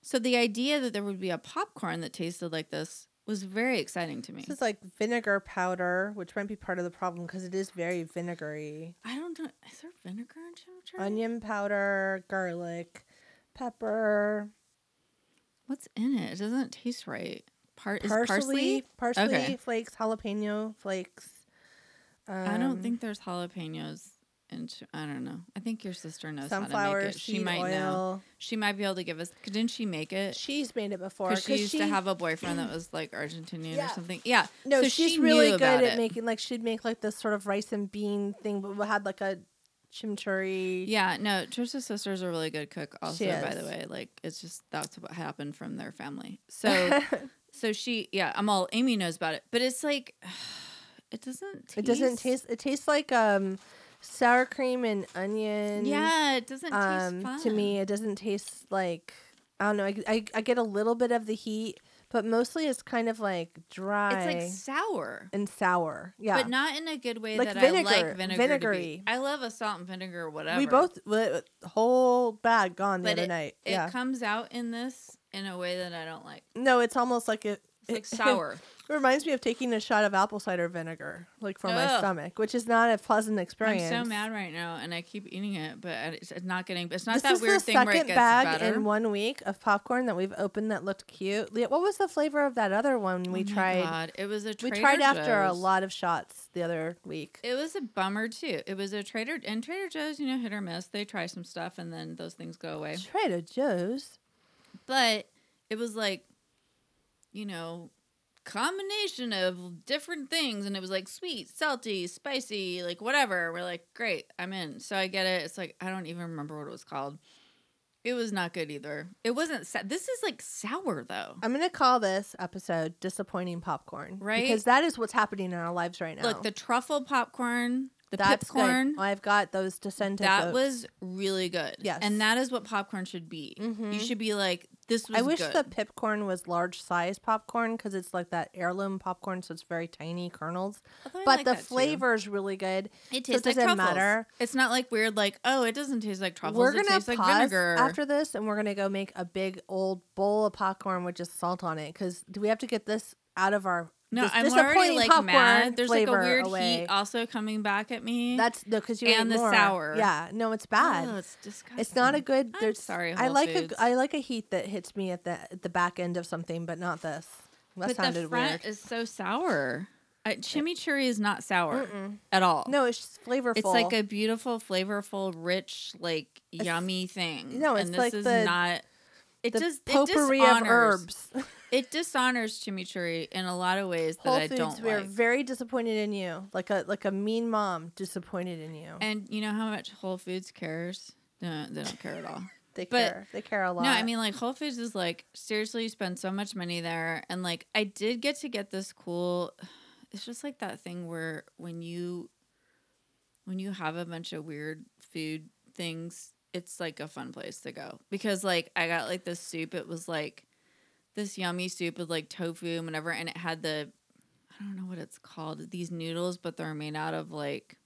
Speaker 2: So the idea that there would be a popcorn that tasted like this was very exciting to me.
Speaker 3: This is like vinegar powder, which might be part of the problem because it is very vinegary.
Speaker 2: I don't know. Is there vinegar in chimichurri?
Speaker 3: Onion powder, garlic, pepper,
Speaker 2: What's in it? It doesn't taste right. Part is
Speaker 3: parsley,
Speaker 2: parsley.
Speaker 3: parsley
Speaker 2: Okay.
Speaker 3: flakes, jalapeno flakes. Um,
Speaker 2: I don't think there's jalapenos. in chi- I don't know. I think your sister knows how to
Speaker 3: sunflower
Speaker 2: make it.
Speaker 3: seed
Speaker 2: She might
Speaker 3: oil.
Speaker 2: know. She might be able to give us. Didn't she make it?
Speaker 3: She's made it before
Speaker 2: Because she used to have a boyfriend that was like Argentinian
Speaker 3: Yeah.
Speaker 2: or something. Yeah.
Speaker 3: No,
Speaker 2: so
Speaker 3: she's
Speaker 2: she
Speaker 3: really
Speaker 2: knew
Speaker 3: good
Speaker 2: about
Speaker 3: at
Speaker 2: it.
Speaker 3: making like she'd make like this sort of rice and bean thing, but we had like a chimichurri.
Speaker 2: Yeah, no, Trish's sister's a really good cook also,
Speaker 3: She
Speaker 2: by
Speaker 3: is.
Speaker 2: the way. Like it's just that's what happened from their family. So so she yeah, I'm all Amy knows about it. But it's like it doesn't taste
Speaker 3: it doesn't taste. It tastes like um sour cream and onion.
Speaker 2: Yeah, it doesn't
Speaker 3: Um,
Speaker 2: taste fun.
Speaker 3: to me, it doesn't taste like I don't know. I, I, I get a little bit of the heat, but mostly it's kind of like
Speaker 2: it's
Speaker 3: dry
Speaker 2: like sour.
Speaker 3: and sour. Yeah,
Speaker 2: But not in a good way
Speaker 3: Like
Speaker 2: that I
Speaker 3: vinegar,
Speaker 2: like vinegar. to be.
Speaker 3: vinegary.
Speaker 2: I love a salt and vinegar or whatever.
Speaker 3: we both w- whole bag gone the
Speaker 2: but
Speaker 3: other
Speaker 2: it,
Speaker 3: night.
Speaker 2: it
Speaker 3: yeah,
Speaker 2: comes out in this in a way that I don't like.
Speaker 3: no, it's almost like it.
Speaker 2: It's like
Speaker 3: it-
Speaker 2: sour.
Speaker 3: It reminds me of taking a shot of apple cider vinegar, like for my
Speaker 2: Ugh.
Speaker 3: stomach, which is not a pleasant
Speaker 2: I'm
Speaker 3: experience.
Speaker 2: so mad right now, and I keep eating it, but I- it's it's not getting. It's not
Speaker 3: This
Speaker 2: that
Speaker 3: is
Speaker 2: weird
Speaker 3: the
Speaker 2: thing
Speaker 3: second
Speaker 2: where it gets
Speaker 3: bag
Speaker 2: better.
Speaker 3: in one week of popcorn that we've opened that looked cute. Le- What was the flavor of that other one we
Speaker 2: Oh my
Speaker 3: tried?
Speaker 2: God, It was a
Speaker 3: We
Speaker 2: Trader
Speaker 3: tried after a
Speaker 2: Joe's.
Speaker 3: lot of shots the other week.
Speaker 2: It was a bummer too. It was a Trader and Trader Joe's, you know, hit or miss. They try some stuff and then those things go away.
Speaker 3: Trader Joe's.
Speaker 2: But it was like, you know, combination of different things, and it was like sweet, salty, spicy, like whatever. We're like, great, I'm in. So I get it. It's like I don't even remember what it was called. It was not good either. It wasn't. Sa- this is like sour though.
Speaker 3: I'm gonna call this episode "Disappointing Popcorn,"
Speaker 2: Right?
Speaker 3: Because that is what's happening in our lives right now.
Speaker 2: Look, the truffle popcorn, the
Speaker 3: That's good.
Speaker 2: popcorn.
Speaker 3: I've got those descendants.
Speaker 2: That
Speaker 3: oats.
Speaker 2: was really good.
Speaker 3: Yes.
Speaker 2: And that is what popcorn should be. You
Speaker 3: Mhm.
Speaker 2: should be like, this was
Speaker 3: I wish
Speaker 2: good.
Speaker 3: the pipcorn was large size popcorn because it's like that heirloom popcorn, so it's very tiny kernels.
Speaker 2: Although I
Speaker 3: but
Speaker 2: like
Speaker 3: the
Speaker 2: that too.
Speaker 3: flavor is really good.
Speaker 2: it tastes
Speaker 3: so it
Speaker 2: like
Speaker 3: doesn't
Speaker 2: truffles.
Speaker 3: matter.
Speaker 2: It's not like weird, like, oh, it doesn't taste like truffles.
Speaker 3: we're
Speaker 2: it
Speaker 3: gonna
Speaker 2: tastes
Speaker 3: pause
Speaker 2: like vinegar.
Speaker 3: after this, and we're gonna go make a big old bowl of popcorn with just salt on it because do we have to get this out of our
Speaker 2: no,
Speaker 3: this
Speaker 2: I'm already
Speaker 3: disappointing
Speaker 2: like
Speaker 3: popcorn
Speaker 2: mad. There's like a
Speaker 3: flavor
Speaker 2: weird
Speaker 3: away.
Speaker 2: heat also coming back at me.
Speaker 3: That's no, because you
Speaker 2: and
Speaker 3: ate
Speaker 2: the
Speaker 3: more.
Speaker 2: sour.
Speaker 3: Yeah, no, it's bad.
Speaker 2: Oh, it's disgusting.
Speaker 3: It's not a good.
Speaker 2: I'm
Speaker 3: There's,
Speaker 2: sorry,
Speaker 3: I
Speaker 2: Whole
Speaker 3: like
Speaker 2: Foods.
Speaker 3: a I like a heat that hits me at the at the back end of something, but not this. That
Speaker 2: But
Speaker 3: sounded
Speaker 2: the front
Speaker 3: weird.
Speaker 2: is so sour. I, chimichurri is not sour
Speaker 3: Mm-mm.
Speaker 2: at all.
Speaker 3: No, it's just flavorful.
Speaker 2: It's like a beautiful, flavorful, rich, like yummy thing.
Speaker 3: no, it's
Speaker 2: and this
Speaker 3: like
Speaker 2: is
Speaker 3: the-
Speaker 2: not. It
Speaker 3: the
Speaker 2: does it
Speaker 3: potpourri of
Speaker 2: dishonors-
Speaker 3: herbs.
Speaker 2: It dishonors chimichurri in a lot of ways
Speaker 3: Whole
Speaker 2: that I
Speaker 3: Foods,
Speaker 2: don't
Speaker 3: we're
Speaker 2: like.
Speaker 3: very disappointed in you, like a like a mean mom disappointed in you.
Speaker 2: and you know how much Whole Foods cares? No, they don't care at all.
Speaker 3: they
Speaker 2: but-
Speaker 3: care. They care a lot.
Speaker 2: No, I mean like Whole Foods is like seriously, you spend so much money there, and like I did get to get this cool. It's just like that thing where when you when you have a bunch of weird food things, it's like a fun place to go because like I got like this soup. It was like this yummy soup with like tofu and whatever, and it had the I don't know what it's called these noodles, but they're made out of like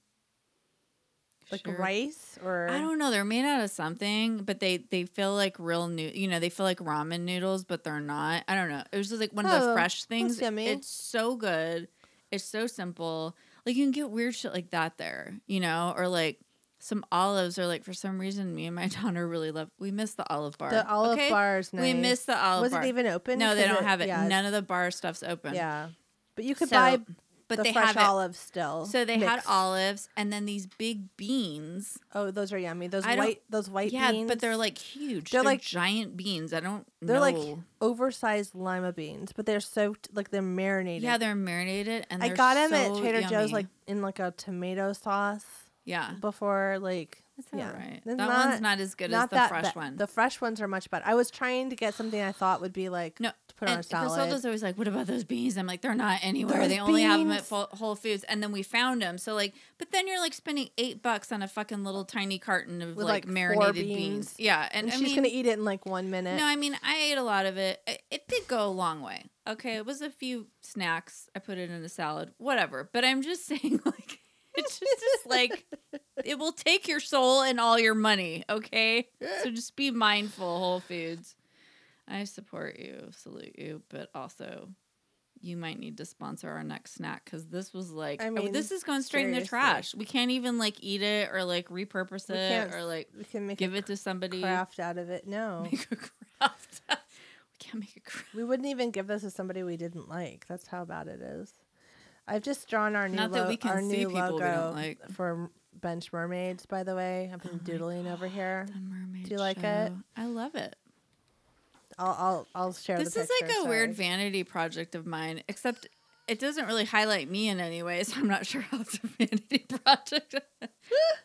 Speaker 3: like
Speaker 2: sugar
Speaker 3: rice or
Speaker 2: I don't know. They're made out of something, but they they feel like real new. You know, they feel like ramen noodles, but they're not. I don't know. It was just like one of
Speaker 3: Oh,
Speaker 2: the fresh things.
Speaker 3: yummy.
Speaker 2: It's so good. It's so simple. Like you can get weird shit like that there. You know, or like some olives, or like for some reason, me and my daughter really love. We miss the olive bar.
Speaker 3: the olive
Speaker 2: okay?
Speaker 3: bars. Nice.
Speaker 2: We miss the olive
Speaker 3: Was
Speaker 2: bar.
Speaker 3: it even open?
Speaker 2: no, they
Speaker 3: 'Cause
Speaker 2: don't have it.
Speaker 3: Yeah,
Speaker 2: None of the bar stuff's open.
Speaker 3: yeah. But you could
Speaker 2: So-
Speaker 3: buy
Speaker 2: but
Speaker 3: the
Speaker 2: they
Speaker 3: fresh
Speaker 2: have it.
Speaker 3: olives still.
Speaker 2: So they had
Speaker 3: mixed.
Speaker 2: olives, and then these big beans.
Speaker 3: Oh, those are yummy. Those
Speaker 2: I don't-
Speaker 3: white, those white
Speaker 2: yeah,
Speaker 3: beans.
Speaker 2: but they're like huge.
Speaker 3: They're
Speaker 2: They're,
Speaker 3: like-
Speaker 2: like giant beans. I don't.
Speaker 3: they're
Speaker 2: know.
Speaker 3: like oversized lima beans, but they're soaked like they're marinated.
Speaker 2: yeah, they're marinated and
Speaker 3: I
Speaker 2: they're
Speaker 3: got them at
Speaker 2: so
Speaker 3: Trader Joe's
Speaker 2: yummy.
Speaker 3: like in like a tomato sauce
Speaker 2: yeah.
Speaker 3: before like
Speaker 2: That's
Speaker 3: yeah.
Speaker 2: all right.
Speaker 3: They're
Speaker 2: That one's not as good as
Speaker 3: not
Speaker 2: the
Speaker 3: that
Speaker 2: fresh
Speaker 3: bad.
Speaker 2: one.
Speaker 3: The fresh ones are much better. I was trying to get something I thought would be like
Speaker 2: No,
Speaker 3: to put on a
Speaker 2: and Griselda's
Speaker 3: salad.
Speaker 2: always like, "What about those beans?" I'm like, "They're not anywhere.
Speaker 3: Those
Speaker 2: they only have them at
Speaker 3: beans.
Speaker 2: Full- Whole Foods." And then we found them. So like, but then you're like spending eight bucks on a fucking little tiny carton of
Speaker 3: With,
Speaker 2: like,
Speaker 3: like, four
Speaker 2: marinated
Speaker 3: beans.
Speaker 2: beans. Yeah, and,
Speaker 3: And
Speaker 2: I
Speaker 3: she's
Speaker 2: mean,
Speaker 3: gonna eat it in like one minute.
Speaker 2: No, I mean I ate a lot of it. I- It did go a long way. Okay, it was a few snacks. I put it in a salad, whatever. But I'm just saying, like, it's just, just like it will take your soul and all your money. Okay, so just be mindful, Whole Foods. I support you, salute you, but also you might need to sponsor our next snack because this was like
Speaker 3: I
Speaker 2: I
Speaker 3: mean,
Speaker 2: this is going straight in the
Speaker 3: seriously.
Speaker 2: trash. We can't even like eat it or like repurpose
Speaker 3: We
Speaker 2: it
Speaker 3: can't
Speaker 2: or like
Speaker 3: We can make
Speaker 2: give
Speaker 3: a
Speaker 2: it to somebody.
Speaker 3: craft out of it. No,
Speaker 2: Make a craft. we can't make a craft.
Speaker 3: we wouldn't even give this to somebody we didn't like. That's how bad it is. I've just drawn our new
Speaker 2: Not that
Speaker 3: lo-
Speaker 2: we can
Speaker 3: our
Speaker 2: see
Speaker 3: new
Speaker 2: people we don't
Speaker 3: logo
Speaker 2: like.
Speaker 3: for Bench Mermaids. By the way, I've
Speaker 2: Oh
Speaker 3: been
Speaker 2: my
Speaker 3: doodling over here.
Speaker 2: The mermaid.
Speaker 3: Do you like
Speaker 2: show.
Speaker 3: it?
Speaker 2: I love it.
Speaker 3: I'll I'll, I'll share.
Speaker 2: This
Speaker 3: the
Speaker 2: is like a
Speaker 3: picture,
Speaker 2: weird
Speaker 3: sorry.
Speaker 2: vanity project of mine, except it doesn't really highlight me in any way, so I'm not sure how it's a vanity project.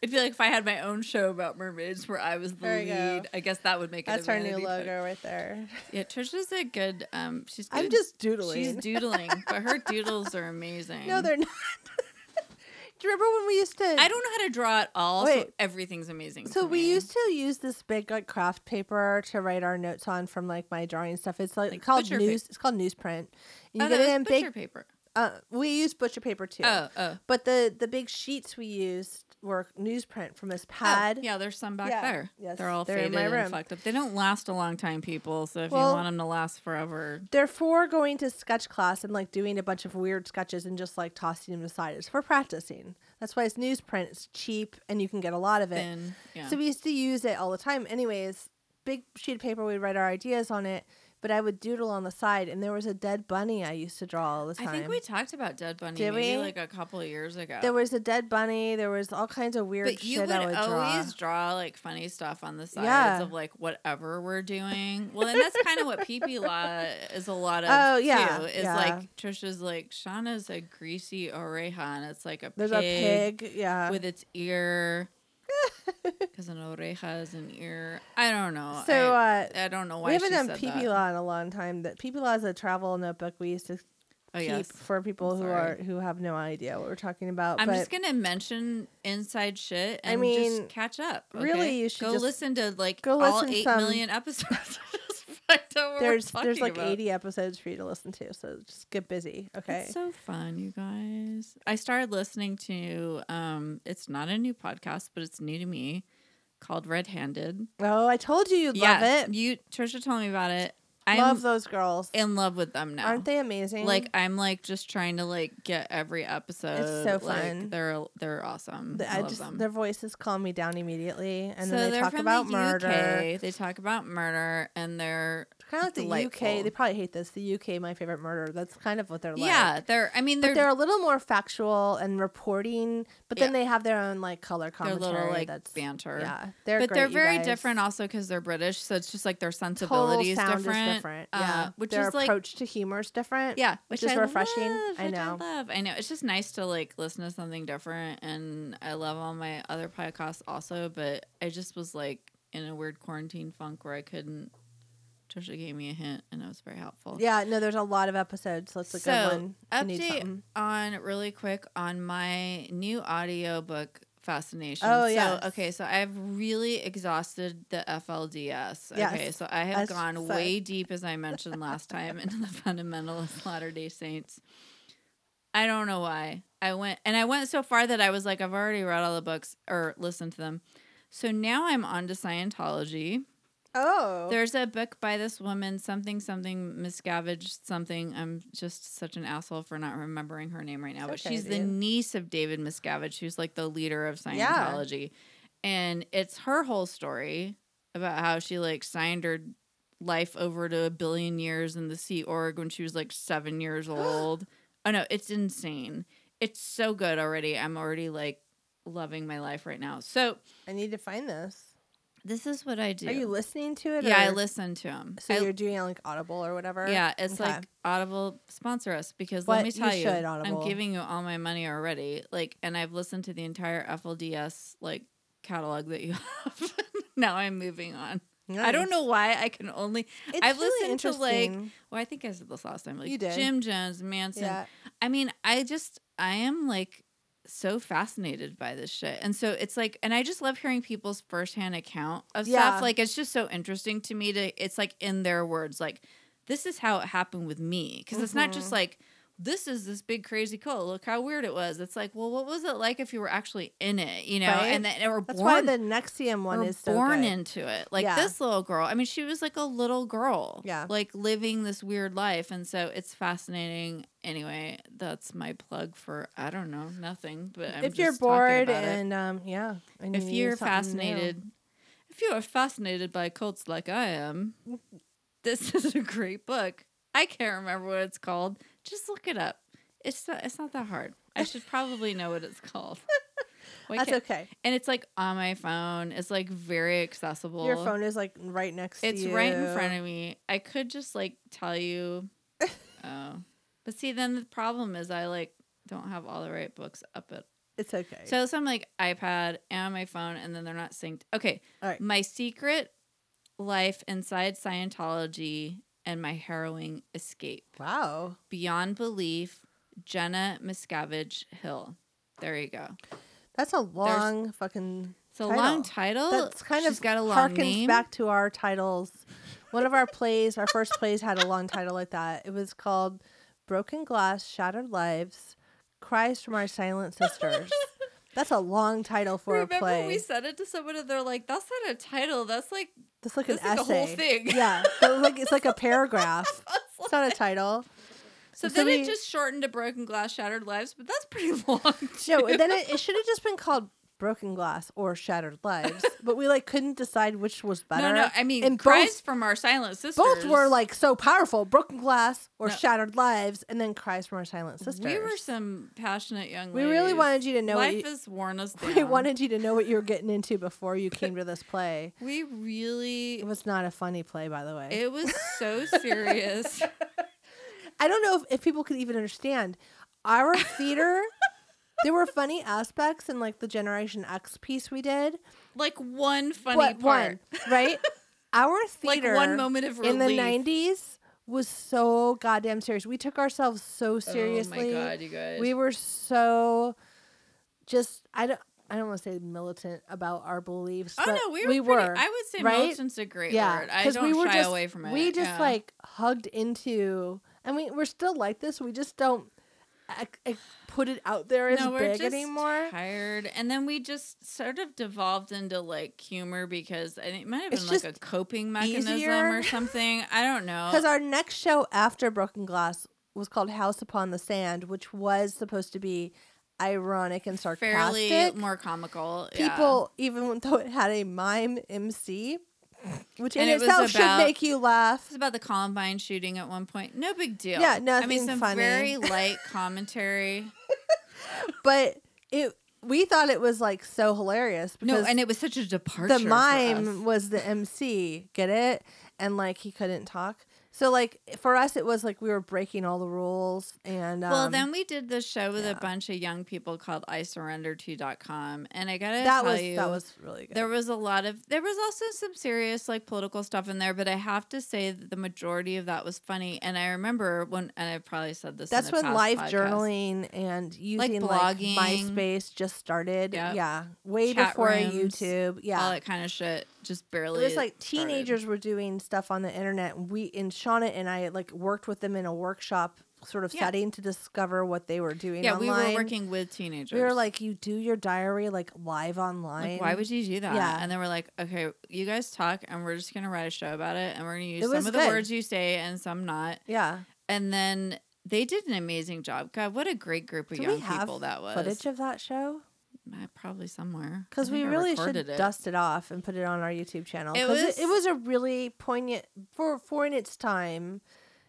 Speaker 2: It'd be like if I had my own show about mermaids where I was the
Speaker 3: There you go.
Speaker 2: lead. I guess that would make
Speaker 3: That's
Speaker 2: it a
Speaker 3: our new
Speaker 2: vanity
Speaker 3: logo
Speaker 2: project.
Speaker 3: right there.
Speaker 2: Yeah, Trisha's a good um she's good.
Speaker 3: I'm just doodling.
Speaker 2: she's doodling, but her doodles are amazing.
Speaker 3: no, they're not. Do you remember when we used to?
Speaker 2: I don't know how to draw at all, so
Speaker 3: Wait.
Speaker 2: everything's amazing.
Speaker 3: So
Speaker 2: to
Speaker 3: we
Speaker 2: me.
Speaker 3: used to use this big like craft paper to write our notes on from like my drawing stuff. It's like,
Speaker 2: Like
Speaker 3: called
Speaker 2: butcher
Speaker 3: news. It's called newsprint. And you
Speaker 2: oh,
Speaker 3: get
Speaker 2: that
Speaker 3: it
Speaker 2: was
Speaker 3: in
Speaker 2: butcher
Speaker 3: big.
Speaker 2: paper.
Speaker 3: Uh, we use butcher paper too.
Speaker 2: Oh, oh.
Speaker 3: But the the big sheets we used were newsprint from this pad.
Speaker 2: Oh, yeah, there's some back
Speaker 3: Yeah.
Speaker 2: there.
Speaker 3: Yes,
Speaker 2: they're all
Speaker 3: they're in
Speaker 2: faded
Speaker 3: my room.
Speaker 2: and fucked up. They don't last a long time, people. So if
Speaker 3: Well-
Speaker 2: you want them to last forever,
Speaker 3: They're for going to sketch class and like doing a bunch of weird sketches and just like tossing them aside. It's for practicing. That's why it's newsprint. It's cheap and you can get a lot of it.
Speaker 2: then yeah.
Speaker 3: So we used to use it all the time. Anyways, big sheet of paper, we'd write our ideas on it, but I would doodle on the side, and there was a dead bunny I used to draw all the time.
Speaker 2: I think we talked about Dead Bunny
Speaker 3: Did
Speaker 2: maybe
Speaker 3: we?
Speaker 2: like a couple of years ago.
Speaker 3: there was a dead bunny. There was all kinds of weird
Speaker 2: but
Speaker 3: shit
Speaker 2: you would
Speaker 3: I would draw.
Speaker 2: always draw. like funny stuff on the sides
Speaker 3: Yeah.
Speaker 2: of like whatever we're doing. Well, and that's kind of what PP Law is a lot of.
Speaker 3: Oh, yeah,
Speaker 2: too, is
Speaker 3: yeah.
Speaker 2: like Trisha's like Shauna's a greasy oreja, and it's like a
Speaker 3: There's a pig. Yeah.
Speaker 2: with its ear. Because an oreja is an ear. I don't know.
Speaker 3: so
Speaker 2: I-
Speaker 3: uh,
Speaker 2: I don't know why
Speaker 3: we haven't
Speaker 2: she
Speaker 3: done
Speaker 2: said
Speaker 3: PB
Speaker 2: that.
Speaker 3: Law in a long time. That PB Law is a travel notebook we used to
Speaker 2: Oh,
Speaker 3: keep
Speaker 2: yes.
Speaker 3: for people who are
Speaker 2: sorry.
Speaker 3: who have no idea what we're talking about.
Speaker 2: I'm
Speaker 3: but
Speaker 2: just gonna mention inside shit
Speaker 3: I
Speaker 2: and
Speaker 3: mean,
Speaker 2: just catch up. okay?
Speaker 3: really, you should
Speaker 2: go
Speaker 3: just-
Speaker 2: listen to like
Speaker 3: go
Speaker 2: all
Speaker 3: listen
Speaker 2: eight million
Speaker 3: some-
Speaker 2: episodes. Just find out what we're
Speaker 3: there's there's
Speaker 2: talking
Speaker 3: like
Speaker 2: about.
Speaker 3: 80 episodes for you to listen to, so just get busy. Okay.
Speaker 2: It's so fun, you guys. I started listening to um it's not a new podcast, but it's new to me called Red Handed.
Speaker 3: oh, I told you you'd love it.
Speaker 2: You Trisha told me about it.
Speaker 3: I
Speaker 2: I'm
Speaker 3: love those girls.
Speaker 2: in love with them now.
Speaker 3: Aren't they amazing?
Speaker 2: Like I'm like just trying to like get every episode.
Speaker 3: so
Speaker 2: like,
Speaker 3: fun.
Speaker 2: they're they're awesome.
Speaker 3: The-
Speaker 2: I,
Speaker 3: I
Speaker 2: love
Speaker 3: just
Speaker 2: them.
Speaker 3: their voices calm me down immediately, and
Speaker 2: so
Speaker 3: then they
Speaker 2: are
Speaker 3: talk
Speaker 2: from
Speaker 3: about
Speaker 2: the
Speaker 3: murder.
Speaker 2: UK. They talk about murder, and they're
Speaker 3: Kind of like the UK. They
Speaker 2: Delightful.
Speaker 3: probably hate this. The UK, my favorite murder. That's kind of what they're like.
Speaker 2: yeah, they're. I mean,
Speaker 3: But
Speaker 2: they're
Speaker 3: they're a little more factual and reporting, but then
Speaker 2: Yeah.
Speaker 3: they have their own like color
Speaker 2: they're
Speaker 3: commentary.
Speaker 2: little like
Speaker 3: that's
Speaker 2: banter.
Speaker 3: yeah, they're
Speaker 2: but
Speaker 3: great,
Speaker 2: they're
Speaker 3: you
Speaker 2: very
Speaker 3: guys.
Speaker 2: different also because they're British, so it's just like their
Speaker 3: Total
Speaker 2: sensibility is
Speaker 3: sound
Speaker 2: different.
Speaker 3: is different.
Speaker 2: uh,
Speaker 3: yeah,
Speaker 2: which
Speaker 3: their
Speaker 2: is like
Speaker 3: approach to humor is different.
Speaker 2: yeah,
Speaker 3: which is
Speaker 2: I
Speaker 3: refreshing.
Speaker 2: love,
Speaker 3: I
Speaker 2: which
Speaker 3: know.
Speaker 2: I love. I know. It's just nice to like listen to something different, and I love all my other podcasts also. But I just was like in a weird quarantine funk where I couldn't. Trisha gave me a hint, and it was very helpful.
Speaker 3: Yeah, no, there's a lot of episodes. Let's look at one. I need
Speaker 2: Update
Speaker 3: something.
Speaker 2: on really quick on my new audiobook fascination.
Speaker 3: Oh,
Speaker 2: so,
Speaker 3: yes.
Speaker 2: okay, so I've really exhausted the FLDS.
Speaker 3: Yes,
Speaker 2: Okay, so I have
Speaker 3: as
Speaker 2: gone
Speaker 3: said.
Speaker 2: way deep as I mentioned last time into the fundamentalist Latter-day Saints. I don't know why. I went and I went so far that I was like I've already read all the books or listened to them. So now I'm on to Scientology.
Speaker 3: Oh,
Speaker 2: There's a book by this woman, something something Miscavige something. I'm just such an asshole for not remembering her name right now, but
Speaker 3: It's okay,
Speaker 2: she's the
Speaker 3: dude.
Speaker 2: niece of David Miscavige, who's like the leader of
Speaker 3: Yeah.
Speaker 2: Scientology, and it's her whole story about how she like signed her life over to a billion years in the Sea Org when she was like seven years old. oh no, it's insane. It's so good already. I'm already like loving my life right now. So
Speaker 3: I need to find this.
Speaker 2: this is what I do.
Speaker 3: Are you listening to it?
Speaker 2: yeah, I
Speaker 3: or-
Speaker 2: listen to him.
Speaker 3: So
Speaker 2: I-
Speaker 3: you're doing it on, like Audible or whatever.
Speaker 2: Yeah, it's
Speaker 3: Okay.
Speaker 2: like Audible sponsor us because
Speaker 3: What?
Speaker 2: let me
Speaker 3: You
Speaker 2: tell you,
Speaker 3: should, Audible.
Speaker 2: I'm giving you all my money already. Like, and I've listened to the entire FLDS like catalog that you have. now I'm moving on. I don't know why I can only.
Speaker 3: Nice. It's
Speaker 2: I've
Speaker 3: really
Speaker 2: listened to, like,
Speaker 3: interesting.
Speaker 2: Well, I think I said this last time. Like
Speaker 3: You did.
Speaker 2: Jim Jones, Manson.
Speaker 3: yeah.
Speaker 2: I mean, I just I am like so fascinated by this shit. And so it's like and I just love hearing people's firsthand account of
Speaker 3: Yeah.
Speaker 2: stuff. Like it's just so interesting to
Speaker 3: Mm-hmm.
Speaker 2: me to it's like in their words like this is how it happened with me because it's not just like this is this big crazy cult. Look how weird it was. It's like, well, what was it like if you were actually in it? You know,
Speaker 3: Right?
Speaker 2: and then and we're
Speaker 3: That's why
Speaker 2: born
Speaker 3: the Nexium one
Speaker 2: we're
Speaker 3: is so
Speaker 2: born
Speaker 3: good.
Speaker 2: into it. Like
Speaker 3: Yeah.
Speaker 2: this little girl. I mean, she was like a little girl.
Speaker 3: Yeah.
Speaker 2: Like living this weird life. And so it's fascinating. Anyway, that's my plug for I don't know, nothing. But I'm
Speaker 3: if you're
Speaker 2: just talking
Speaker 3: bored
Speaker 2: about it.
Speaker 3: and um, yeah, and
Speaker 2: if
Speaker 3: you need
Speaker 2: you're
Speaker 3: something new.
Speaker 2: fascinated if you are fascinated by cults like I am, this is a great book. I can't remember what it's called. Just look it up. It's not, it's not that hard. I should probably know what it's called. Why
Speaker 3: that's
Speaker 2: can't-
Speaker 3: okay.
Speaker 2: and it's like on my phone. It's like very accessible.
Speaker 3: Your phone is like right next to
Speaker 2: It's
Speaker 3: you.
Speaker 2: right in front of me. I could just like tell you. oh. But see, then the problem is I like don't have all the right books up at.
Speaker 3: It's okay.
Speaker 2: So, so I'm like iPad and my phone, and then they're not synced. Okay.
Speaker 3: All right.
Speaker 2: My secret life inside Scientology and my harrowing escape.
Speaker 3: wow.
Speaker 2: Beyond belief, Jenna Miscavige Hill. There you go.
Speaker 3: That's a long fucking
Speaker 2: It's a long
Speaker 3: title.
Speaker 2: title.
Speaker 3: That's kind
Speaker 2: She's
Speaker 3: of
Speaker 2: got a long
Speaker 3: harkens
Speaker 2: name.
Speaker 3: back to our titles. One of our plays, our first plays had a long title like that. It was called Broken Glass, Shattered Lives, Cries from Our Silent Sisters. That's a long title for
Speaker 2: Remember
Speaker 3: a play.
Speaker 2: we said it to someone and they're like, "That's not a title. That's like
Speaker 3: That's like an
Speaker 2: that's like a
Speaker 3: essay.
Speaker 2: whole thing.
Speaker 3: Yeah. But like it's like a paragraph. It's not a title.
Speaker 2: so."
Speaker 3: So
Speaker 2: then
Speaker 3: we-
Speaker 2: it just shortened to "Broken Glass, Shattered Lives," but that's pretty long.
Speaker 3: No,
Speaker 2: too.
Speaker 3: and then it, it should have just been called Broken Glass or Shattered Lives. but we like couldn't decide which was better.
Speaker 2: no, no. I mean,
Speaker 3: and
Speaker 2: cries
Speaker 3: both
Speaker 2: from our silent sisters.
Speaker 3: both were like so powerful broken glass or
Speaker 2: No.
Speaker 3: shattered lives and then cries from our silent sisters
Speaker 2: We were some passionate young.
Speaker 3: We really
Speaker 2: ladies.
Speaker 3: wanted you to know what
Speaker 2: Life
Speaker 3: you-
Speaker 2: has worn us down.
Speaker 3: we wanted you to know what you were getting into before you came to this play
Speaker 2: We really.
Speaker 3: it was not a funny play by the way
Speaker 2: It was so serious.
Speaker 3: i don't know if, if people could even understand our theater there were funny aspects in like the generation x piece we did
Speaker 2: like one funny
Speaker 3: what
Speaker 2: part.
Speaker 3: one right our
Speaker 2: Like
Speaker 3: theater
Speaker 2: one moment of relief.
Speaker 3: in the 90s was so goddamn serious we took ourselves so seriously
Speaker 2: Oh my god, you guys.
Speaker 3: we were so just I don't I don't want to say militant about our beliefs.
Speaker 2: Oh
Speaker 3: but
Speaker 2: no, we were. pretty-
Speaker 3: we were
Speaker 2: I would say
Speaker 3: right?
Speaker 2: militant's a great word. I
Speaker 3: 'cause
Speaker 2: don't
Speaker 3: we were
Speaker 2: shy
Speaker 3: just,
Speaker 2: away from it.
Speaker 3: We just
Speaker 2: yeah.
Speaker 3: like hugged into, and we we're still like this. We just don't ac- ac- put it out there as
Speaker 2: no, we're
Speaker 3: big
Speaker 2: just
Speaker 3: anymore.
Speaker 2: tired, and then we just sort of devolved into like humor because I think it might have been
Speaker 3: It's
Speaker 2: like a
Speaker 3: just
Speaker 2: coping mechanism
Speaker 3: easier.
Speaker 2: or something. I don't know.
Speaker 3: Because our next show after Broken Glass was called House Upon the Sand, which was supposed to be ironic and sarcastic.
Speaker 2: fairly more comical yeah.
Speaker 3: people, even though it had a mime MC, which in
Speaker 2: And it was
Speaker 3: itself
Speaker 2: about-
Speaker 3: should make you laugh.
Speaker 2: It's about the Columbine shooting at one point. No big deal.
Speaker 3: Yeah,
Speaker 2: I mean,
Speaker 3: nothing
Speaker 2: some
Speaker 3: funny.
Speaker 2: very light commentary.
Speaker 3: But it, we thought it was like so hilarious
Speaker 2: no,
Speaker 3: because
Speaker 2: and it was such a departure.
Speaker 3: the
Speaker 2: for us.
Speaker 3: mime was the MC, get it? And like he couldn't talk. So like for us, it was like we were breaking all the rules. And um,
Speaker 2: well, then we did this show with a bunch of young people called I Surrender com, and I gotta
Speaker 3: that
Speaker 2: tell
Speaker 3: was
Speaker 2: you,
Speaker 3: that was really good.
Speaker 2: there was a lot of there was also some serious like political stuff in there, but I have to say that the majority of that was funny. And I remember when, and I probably said this. in
Speaker 3: That's
Speaker 2: a
Speaker 3: when
Speaker 2: past
Speaker 3: live
Speaker 2: podcast,
Speaker 3: journaling and using like,
Speaker 2: blogging.
Speaker 3: MySpace just started.
Speaker 2: Yep.
Speaker 3: Yeah, way
Speaker 2: Chat
Speaker 3: before
Speaker 2: rooms,
Speaker 3: YouTube. Yeah,
Speaker 2: all that kind of shit, just barely.
Speaker 3: it was like
Speaker 2: started.
Speaker 3: teenagers were doing stuff on the internet and we and shauna and i like worked with them in a workshop sort of
Speaker 2: Yeah.
Speaker 3: setting to discover what they were doing
Speaker 2: Yeah,
Speaker 3: online.
Speaker 2: we were working with teenagers.
Speaker 3: we were like you do your diary like live online
Speaker 2: Like, why would you do that?
Speaker 3: Yeah.
Speaker 2: And then we're like, okay, you guys talk, and we're just gonna write a show about it, and we're gonna use
Speaker 3: It
Speaker 2: some
Speaker 3: was
Speaker 2: of
Speaker 3: good.
Speaker 2: the words you say and some not.
Speaker 3: yeah
Speaker 2: And then they did an amazing job. God, what a great group of
Speaker 3: do
Speaker 2: young
Speaker 3: we have
Speaker 2: people that was.
Speaker 3: footage of that show
Speaker 2: Uh, Probably somewhere
Speaker 3: because
Speaker 2: I
Speaker 3: we
Speaker 2: think I
Speaker 3: really should
Speaker 2: recorded it.
Speaker 3: dust it off and put it on our youtube channel
Speaker 2: It
Speaker 3: 'Cause it,
Speaker 2: was-
Speaker 3: it was a really poignant for for in its time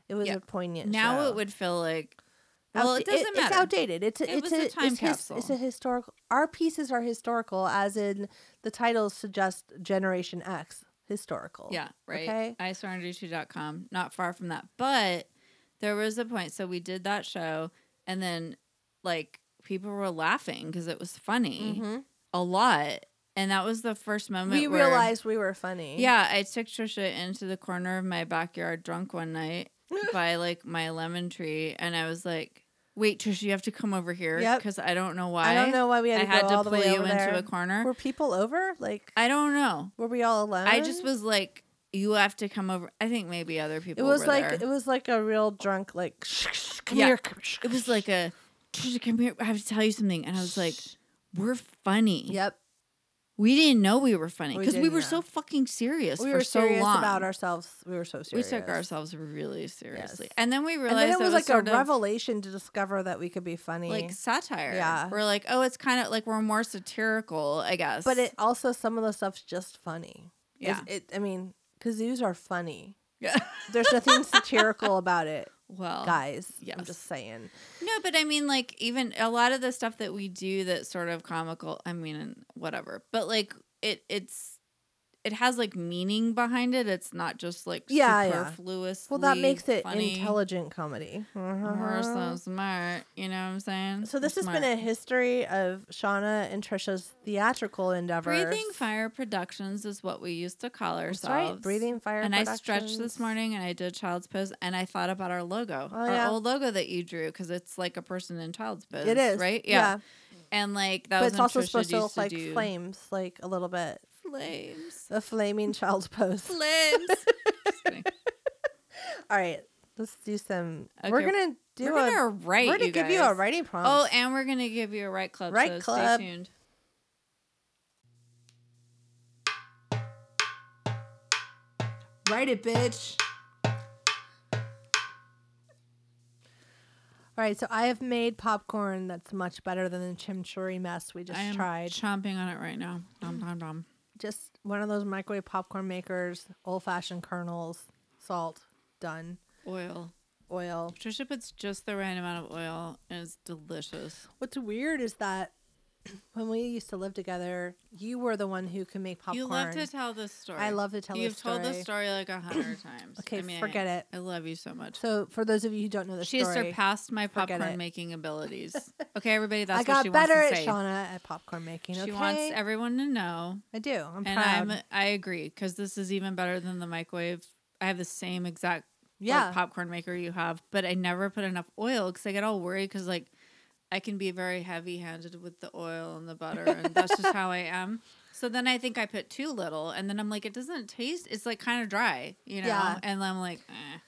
Speaker 3: it was
Speaker 2: Yeah.
Speaker 3: a poignant
Speaker 2: Now
Speaker 3: show.
Speaker 2: it would feel like.
Speaker 3: Out-
Speaker 2: Well, it doesn't matter.
Speaker 3: It's outdated. It's a,
Speaker 2: It
Speaker 3: it's
Speaker 2: was a time
Speaker 3: it's his- it's
Speaker 2: capsule.
Speaker 3: a historical. Our pieces are historical, as in the titles suggest Generation X historical.
Speaker 2: Yeah, right.
Speaker 3: Okay.
Speaker 2: I surrender2.com, not far from that. But there was a point. So we did that show, and then like people were laughing because it was funny
Speaker 3: Mhm.
Speaker 2: a lot. And that was the first moment
Speaker 3: We
Speaker 2: Mm-hmm. where-
Speaker 3: realized we were funny.
Speaker 2: Yeah, I took Trisha into the corner of my backyard drunk one night by like my lemon tree, and I was like, "Wait, Trisha, you have to come over here
Speaker 3: Yep.
Speaker 2: because I don't know why.
Speaker 3: I don't know why we had
Speaker 2: I
Speaker 3: to go
Speaker 2: had to
Speaker 3: all the
Speaker 2: pull
Speaker 3: way
Speaker 2: you
Speaker 3: over
Speaker 2: into
Speaker 3: there.
Speaker 2: a corner.
Speaker 3: Were people over? Like,
Speaker 2: I don't know.
Speaker 3: were we all alone?
Speaker 2: I just was like, you have to come over. I think maybe other
Speaker 3: It
Speaker 2: people.
Speaker 3: was
Speaker 2: were
Speaker 3: like
Speaker 2: there.
Speaker 3: it was like a real drunk like shh, shh, come
Speaker 2: Yeah.
Speaker 3: here. Come, shh,
Speaker 2: it was like a "Trisha, come here. I have to tell you something, and I was like, we're funny.
Speaker 3: Yep.
Speaker 2: We didn't know we were funny
Speaker 3: We
Speaker 2: because we,
Speaker 3: didn't
Speaker 2: were
Speaker 3: know.
Speaker 2: so fucking serious.
Speaker 3: We
Speaker 2: for
Speaker 3: were serious
Speaker 2: so long.
Speaker 3: about ourselves. We were so serious.
Speaker 2: We took ourselves really seriously,
Speaker 3: Yes.
Speaker 2: and then we
Speaker 3: And
Speaker 2: realized
Speaker 3: then it
Speaker 2: it
Speaker 3: was like a
Speaker 2: sort of
Speaker 3: revelation to discover that we could be funny.
Speaker 2: like satire.
Speaker 3: Yeah.
Speaker 2: we're like, oh, it's kind of like we're more satirical, I guess.
Speaker 3: but it also some of the stuff's just funny.
Speaker 2: yeah,
Speaker 3: It, it I mean, kazoos are funny.
Speaker 2: yeah.
Speaker 3: There's nothing satirical about it,
Speaker 2: well,
Speaker 3: guys. I'm
Speaker 2: Oh, yes.
Speaker 3: just saying.
Speaker 2: No, but I mean, like, even a lot of the stuff that we do that's sort of comical, I mean, and whatever, but like, it it's it has like meaning behind it. It's not just like
Speaker 3: Yeah, yeah.
Speaker 2: superfluous.
Speaker 3: Well, that makes it
Speaker 2: funny
Speaker 3: intelligent comedy.
Speaker 2: We're so
Speaker 3: Uh-huh.
Speaker 2: smart. You know what I'm saying?
Speaker 3: So this
Speaker 2: We're
Speaker 3: has been a
Speaker 2: smart.
Speaker 3: history of Shauna and Trisha's theatrical endeavors.
Speaker 2: Breathing Fire Productions is what we used to call ourselves.
Speaker 3: That's right. Breathing fire.
Speaker 2: and I stretched
Speaker 3: Productions.
Speaker 2: this morning and I did child's pose and I thought about our logo,
Speaker 3: Oh,
Speaker 2: our
Speaker 3: yeah.
Speaker 2: old logo that you drew because it's like a person in child's pose.
Speaker 3: It is
Speaker 2: right.
Speaker 3: Yeah,
Speaker 2: and like that
Speaker 3: but
Speaker 2: was
Speaker 3: it's also
Speaker 2: when Trisha
Speaker 3: supposed to
Speaker 2: used
Speaker 3: look like
Speaker 2: do
Speaker 3: flames, like a little bit.
Speaker 2: flames,
Speaker 3: A flaming child's pose.
Speaker 2: flames. Just kidding.
Speaker 3: All right, let's do some. We're
Speaker 2: Okay,
Speaker 3: gonna do
Speaker 2: we're
Speaker 3: a.
Speaker 2: gonna write.
Speaker 3: we're gonna
Speaker 2: you
Speaker 3: give you a
Speaker 2: guys.
Speaker 3: writing prompt.
Speaker 2: Oh, and we're gonna give you a right club.
Speaker 3: Right
Speaker 2: so
Speaker 3: club.
Speaker 2: Stay tuned.
Speaker 1: Write it, bitch.
Speaker 3: All right, so I have made popcorn that's much better than the chimchurri mess we just
Speaker 2: I am
Speaker 3: tried. Mm.
Speaker 2: chomping on it right now. Dom dom dom.
Speaker 3: just one of those microwave popcorn makers, old fashioned kernels, salt, done,
Speaker 2: Oil.
Speaker 3: oil.
Speaker 2: Trisha puts just the right amount of oil, and it's delicious.
Speaker 3: What's weird is that when we used to live together, you were the one who could make popcorn.
Speaker 2: You love to tell this story.
Speaker 3: I love to tell
Speaker 2: You've
Speaker 3: this
Speaker 2: told
Speaker 3: story.
Speaker 2: this story like a hundred times.
Speaker 3: Okay,
Speaker 2: I mean,
Speaker 3: forget
Speaker 2: I,
Speaker 3: it.
Speaker 2: I love you so much.
Speaker 3: So, for those of you who don't know the
Speaker 2: She has
Speaker 3: story,
Speaker 2: surpassed my
Speaker 3: Forget it.
Speaker 2: popcorn making abilities. Okay, everybody, that's
Speaker 3: I
Speaker 2: what
Speaker 3: got
Speaker 2: she
Speaker 3: better
Speaker 2: wants
Speaker 3: at
Speaker 2: to say.
Speaker 3: Shauna at popcorn making. Okay,
Speaker 2: She wants everyone to know,
Speaker 3: I do. I'm
Speaker 2: and
Speaker 3: proud.
Speaker 2: I'm I agree because this is even better than the microwave. I have the same exact like,
Speaker 3: yeah,
Speaker 2: popcorn maker you have, but I never put enough oil because I get all worried because like I can be very heavy handed with the oil and the butter, and that's just how I am. So then I think I put too little, and then I'm like, it doesn't taste. It's like kind of dry, you know.
Speaker 3: Yeah.
Speaker 2: And I'm like, eh.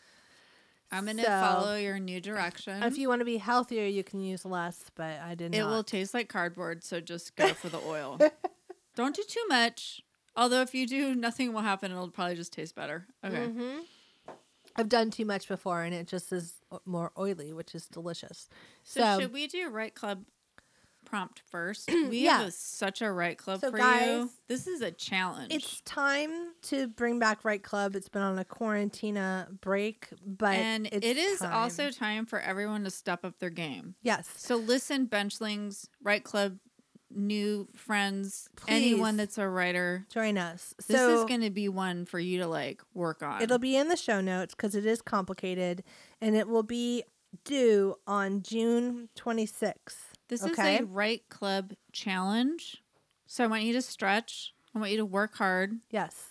Speaker 2: I'm gonna
Speaker 3: So-
Speaker 2: follow your new direction.
Speaker 3: if you want to be healthier, you can use less, but I did
Speaker 2: Mm-hmm. It
Speaker 3: not.
Speaker 2: will taste like cardboard, so just go for the oil. Don't do too much. Although if you do, nothing will happen. It'll probably just taste better. Okay.
Speaker 3: hmm I've done too much before, and it just is o- more oily, which is delicious.
Speaker 2: So,
Speaker 3: So,
Speaker 2: should we do right club prompt first? We
Speaker 3: Yeah.
Speaker 2: have a- such a right club
Speaker 3: So
Speaker 2: for
Speaker 3: guys,
Speaker 2: you. This is a challenge.
Speaker 3: it's time to bring back Right Club. It's been on a quarantina break, but
Speaker 2: and
Speaker 3: it's
Speaker 2: it is
Speaker 3: time.
Speaker 2: also time for everyone to step up their game.
Speaker 3: yes.
Speaker 2: So listen, benchlings, right club, new friends,
Speaker 3: Please.
Speaker 2: anyone that's a writer.
Speaker 3: Join us.
Speaker 2: This
Speaker 3: so
Speaker 2: is going to be one for you to like work on.
Speaker 3: it'll be in the show notes because it is complicated, and it will be due on June 26th.
Speaker 2: This
Speaker 3: okay?
Speaker 2: is a right club challenge. So I want you to stretch. I want you to work hard. I
Speaker 3: yes.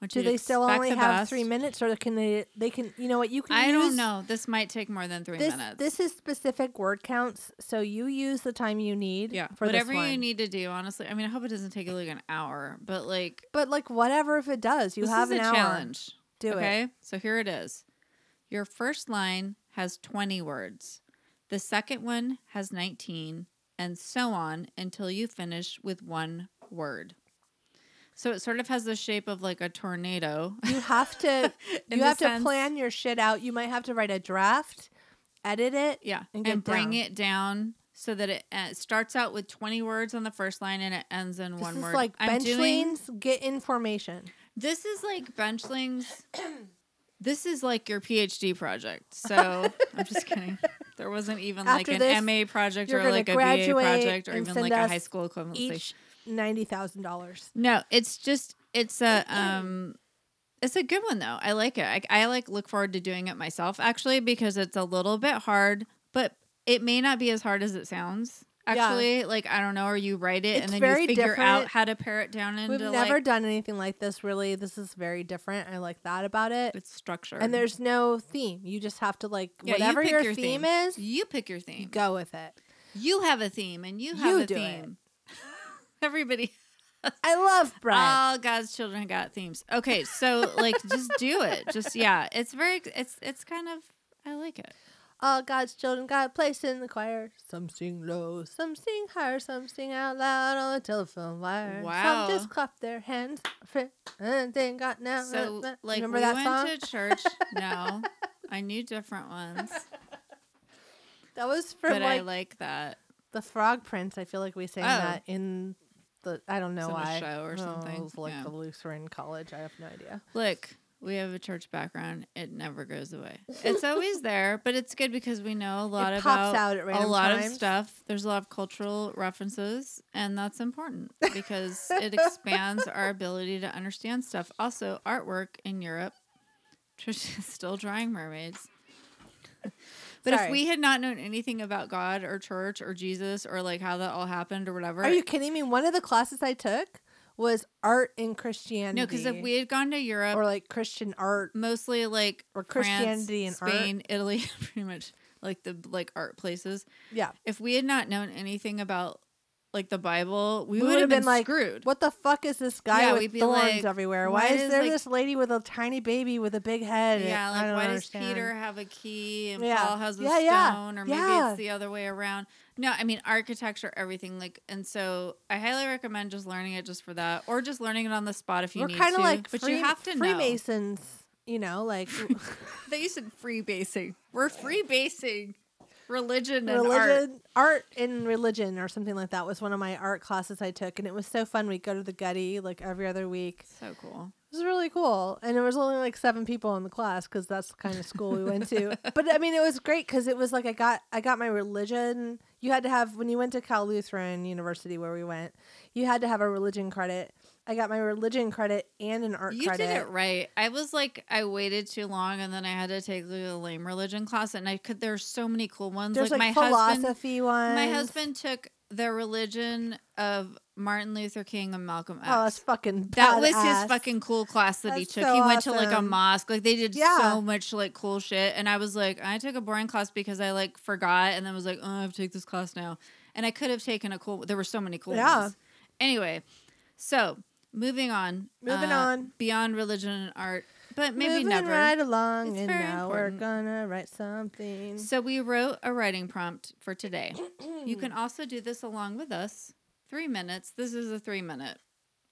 Speaker 2: want
Speaker 3: Do
Speaker 2: you to
Speaker 3: they still
Speaker 2: expect
Speaker 3: only
Speaker 2: the
Speaker 3: have
Speaker 2: best.
Speaker 3: three minutes, or can they? They can. You know what? You can.
Speaker 2: I
Speaker 3: use-
Speaker 2: don't know. This might take more than three
Speaker 3: this
Speaker 2: minutes.
Speaker 3: this is specific word counts, so you use the time you need.
Speaker 2: yeah,
Speaker 3: for
Speaker 2: whatever
Speaker 3: this one.
Speaker 2: you need to do. Honestly, I mean, I hope it doesn't take you like an hour, but like
Speaker 3: But like whatever, if it does, you
Speaker 2: this
Speaker 3: have
Speaker 2: is
Speaker 3: an
Speaker 2: a
Speaker 3: hour.
Speaker 2: challenge.
Speaker 3: Do
Speaker 2: okay?
Speaker 3: it.
Speaker 2: so here it is. Your first line has twenty words. The second one has nineteen, and so on until you finish with one word. So it sort of has the shape of like a tornado.
Speaker 3: You have to.
Speaker 2: In
Speaker 3: you
Speaker 2: the
Speaker 3: have to
Speaker 2: sense-
Speaker 3: plan your shit out. You might have to write a draft, edit it.
Speaker 2: Yeah,
Speaker 3: and
Speaker 2: and,
Speaker 3: get
Speaker 2: bring
Speaker 3: down.
Speaker 2: it down so that it uh, starts out with twenty words on the first line and it ends in
Speaker 3: This
Speaker 2: one
Speaker 3: is
Speaker 2: word.
Speaker 3: like
Speaker 2: I'm doing.
Speaker 3: benchlings get information.
Speaker 2: This is like benchlings. this is like your PhD project. So I'm just kidding. There wasn't even
Speaker 3: After
Speaker 2: like
Speaker 3: this,
Speaker 2: an MA project
Speaker 3: you're
Speaker 2: or
Speaker 3: gonna
Speaker 2: like a
Speaker 3: graduate
Speaker 2: BA project or
Speaker 3: and
Speaker 2: even
Speaker 3: send
Speaker 2: like a
Speaker 3: us
Speaker 2: high school equivalency.
Speaker 3: Each ninety thousand dollars.
Speaker 2: No, it's just it's a um it's a good one though. I like it. I, I like look forward to doing it myself actually because it's a little bit hard, but it may not be as hard as it sounds.
Speaker 3: Yeah.
Speaker 2: Actually, like I don't know, or you write it
Speaker 3: It's
Speaker 2: and then
Speaker 3: very
Speaker 2: you figure out
Speaker 3: different.
Speaker 2: how to pare it down into
Speaker 3: We've never
Speaker 2: uh, like
Speaker 3: done anything like this. Really, this is very different. I like that about it.
Speaker 2: it's structured.
Speaker 3: And there's no theme. You just have to like
Speaker 2: Yeah, you
Speaker 3: whatever
Speaker 2: pick
Speaker 3: your,
Speaker 2: your
Speaker 3: theme,
Speaker 2: theme.
Speaker 3: is,
Speaker 2: you pick your theme.
Speaker 3: you go with it.
Speaker 2: You have a theme and you have
Speaker 3: You
Speaker 2: a
Speaker 3: do it.
Speaker 2: theme. Everybody
Speaker 3: I love bread.
Speaker 2: All God's children got themes. Okay, so like just do it. Just yeah, it's very it's it's kind of I like it.
Speaker 3: All God's children got a place in the choir. Some sing low, some sing higher, some sing out loud on the telephone wire.
Speaker 2: Wow.
Speaker 3: Some just clap their hands. And they got now.
Speaker 2: So like
Speaker 3: uh, remember
Speaker 2: we
Speaker 3: that
Speaker 2: went
Speaker 3: song?
Speaker 2: to church. No, I knew different ones,
Speaker 3: that was
Speaker 2: but
Speaker 3: from
Speaker 2: I
Speaker 3: like,
Speaker 2: like that.
Speaker 3: the Frog Prince. I feel like we sang
Speaker 2: Oh.
Speaker 3: that in the I don't know
Speaker 2: Some
Speaker 3: why
Speaker 2: show or
Speaker 3: Oh,
Speaker 2: something.
Speaker 3: It was like
Speaker 2: Yeah.
Speaker 3: the Lutheran college. I have no idea.
Speaker 2: Look, we have a church background. It never goes away. It's always there, but it's good because we know a lot
Speaker 3: It
Speaker 2: about
Speaker 3: pops out at
Speaker 2: a
Speaker 3: random
Speaker 2: lot of
Speaker 3: times.
Speaker 2: stuff. There's a lot of cultural references, and that's important because it expands our ability to understand stuff. Also, artwork in Europe. Trish is still drawing mermaids. But if
Speaker 3: Sorry.
Speaker 2: we had not known anything about God or church or Jesus or like how that all happened or whatever,
Speaker 3: Are you kidding me? One of the classes I took was art in Christianity.
Speaker 2: no, because if we Mm. had gone to Europe
Speaker 3: or like Christian art.
Speaker 2: mostly like
Speaker 3: Or
Speaker 2: France,
Speaker 3: Christianity and art.
Speaker 2: Spain, Italy, pretty much like the like art places.
Speaker 3: Yeah.
Speaker 2: If we had not known anything about like the Bible, we,
Speaker 3: We
Speaker 2: would have been,
Speaker 3: like,
Speaker 2: screwed.
Speaker 3: What the fuck is this guy
Speaker 2: Yeah, we'd
Speaker 3: with
Speaker 2: be
Speaker 3: thorns
Speaker 2: like,
Speaker 3: everywhere?
Speaker 2: why
Speaker 3: Why, is
Speaker 2: does,
Speaker 3: there
Speaker 2: like-
Speaker 3: this lady with a tiny baby with a big head?
Speaker 2: yeah,
Speaker 3: I
Speaker 2: like
Speaker 3: don't
Speaker 2: why
Speaker 3: understand.
Speaker 2: does Peter have a key and
Speaker 3: Yeah.
Speaker 2: Paul has a
Speaker 3: Yeah, yeah.
Speaker 2: stone, or maybe
Speaker 3: Yeah.
Speaker 2: it's the other way around? No, I mean architecture, everything. Like, and so I highly recommend just learning it just for that, or just learning it on the spot if you
Speaker 3: We're
Speaker 2: need
Speaker 3: kind
Speaker 2: to.
Speaker 3: of like
Speaker 2: but
Speaker 3: free,
Speaker 2: you have to know.
Speaker 3: Freemasons. You know, like
Speaker 2: They said free basing. We're free basing religion and art.
Speaker 3: religion art. and religion or something like that was one of my art classes I took and it was so fun. We'd go to the Gutty like every other week.
Speaker 2: So cool.
Speaker 3: It was really cool. And there was only like seven people in the class because that's the kind of school we went to. But I mean, it was great because it was like I got I got my religion. You had to have when you went to Cal Lutheran University where we went, you had to have a religion credit. I got my religion credit and an art
Speaker 2: You
Speaker 3: credit.
Speaker 2: did it right. I was like, I waited too long, and then I had to take the lame religion class, and I could. There's so many cool ones.
Speaker 3: There's like,
Speaker 2: my husband,
Speaker 3: philosophy one.
Speaker 2: my husband took the religion of Martin Luther King and Malcolm X.
Speaker 3: Oh, that's fucking.
Speaker 2: uh, that was his
Speaker 3: badass.
Speaker 2: fucking cool class that he
Speaker 3: That's
Speaker 2: took.
Speaker 3: so
Speaker 2: he went to like a
Speaker 3: awesome.
Speaker 2: mosque. Like they did
Speaker 3: Yeah.
Speaker 2: so much like cool shit. And I was like, I took a boring class because I like forgot and then was like, oh, I have to take this class now. And I could have taken a cool. There were so many cool
Speaker 3: Yeah.
Speaker 2: ones. Anyway, so moving on. uh,
Speaker 3: Moving on.
Speaker 2: Beyond religion and art, but maybe
Speaker 3: Moving
Speaker 2: never.
Speaker 3: right along,
Speaker 2: It's
Speaker 3: and
Speaker 2: very
Speaker 3: now
Speaker 2: important.
Speaker 3: we're gonna write something.
Speaker 2: So we wrote a writing prompt for today. you can also do this along with us. Three minutes. This is a three minute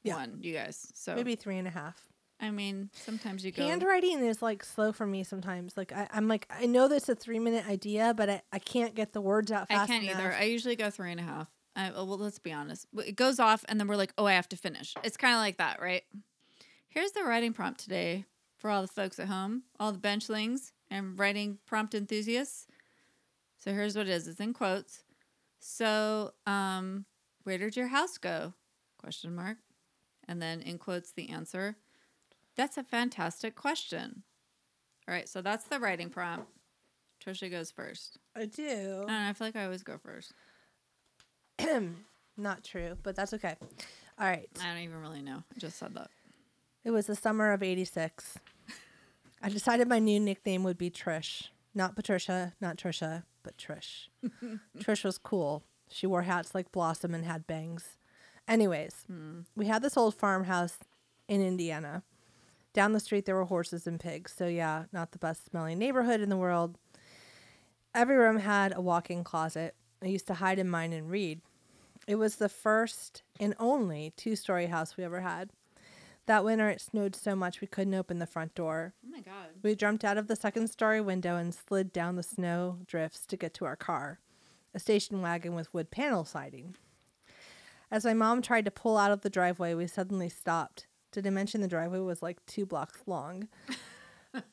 Speaker 3: Yeah.
Speaker 2: one, you guys. So
Speaker 3: Maybe three and a half.
Speaker 2: I mean, sometimes you go.
Speaker 3: handwriting is like slow for me sometimes like I, i'm like i know that's a three minute idea but i, I can't get the words out
Speaker 2: I
Speaker 3: fast
Speaker 2: can't
Speaker 3: enough.
Speaker 2: either. I usually go three and a half. I, oh, well, let's be honest. W- It goes off, and then we're like, oh, I have to finish. It's kind of like that, right? Here's the writing prompt today for all the folks at home, all the benchlings and writing prompt enthusiasts. So here's what it is. It's in quotes. So, um, where did your house go? Question mark. And then in quotes the answer. That's a fantastic question. All right, so that's the writing prompt. Trisha goes first.
Speaker 3: I do
Speaker 2: I Uh. don't know, I feel like I always go first.
Speaker 3: not true but that's okay all right
Speaker 2: I don't even really know. I just said that.
Speaker 3: it was the summer of 86 i decided my new nickname would be trish not patricia not trisha but trish trish was cool she wore hats like blossom and had bangs anyways we had this old farmhouse in indiana Down the street, there were horses and pigs. So, yeah, not the best smelling neighborhood in the world. Every room had a walk in closet. I used to hide in mine and read. It was the first and only two story house we ever had. That winter, it snowed so much we couldn't open the front door.
Speaker 2: Oh my god.
Speaker 3: We jumped out of the second story window and slid down the snow drifts to get to our car, a station wagon with wood panel siding. As my mom tried to pull out of the driveway, we suddenly stopped. Did I mention the driveway was like two blocks long?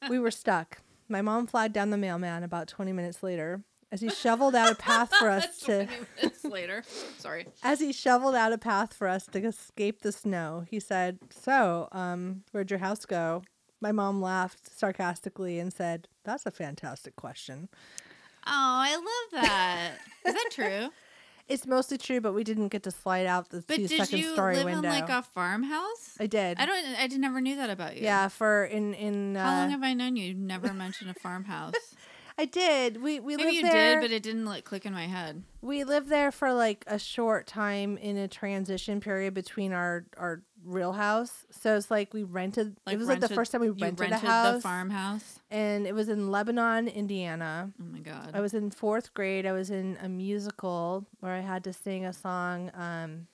Speaker 3: we were stuck. My mom flagged down the mailman about 20 minutes later as he shoveled out a path for us to.
Speaker 2: minutes later. Sorry.
Speaker 3: As he shoveled out a path for us to escape the snow, he said, So, um, where'd your house go? My mom laughed sarcastically and said, That's a fantastic question.
Speaker 2: Oh, I love that. Is that true?
Speaker 3: It's mostly true, but we didn't get to slide out the
Speaker 2: But
Speaker 3: two
Speaker 2: did
Speaker 3: second
Speaker 2: you
Speaker 3: story
Speaker 2: live
Speaker 3: window.
Speaker 2: in like a farmhouse?
Speaker 3: I did.
Speaker 2: I don't. I did, never knew that about you.
Speaker 3: yeah, for in in
Speaker 2: How long
Speaker 3: uh,
Speaker 2: have I known you? You've never mentioned a farmhouse.
Speaker 3: I did. We we
Speaker 2: Maybe
Speaker 3: lived
Speaker 2: you
Speaker 3: there.
Speaker 2: did, but it didn't like click in my head.
Speaker 3: we lived there for like a short time in a transition period between our our real house. So it's like we rented.
Speaker 2: Like
Speaker 3: it was like
Speaker 2: rented-
Speaker 3: the first time we
Speaker 2: you
Speaker 3: rented,
Speaker 2: rented
Speaker 3: a house,
Speaker 2: the farmhouse.
Speaker 3: and it was in Lebanon, Indiana.
Speaker 2: Oh my god.
Speaker 3: I was in fourth grade. I was in a musical where I had to sing a song. Um,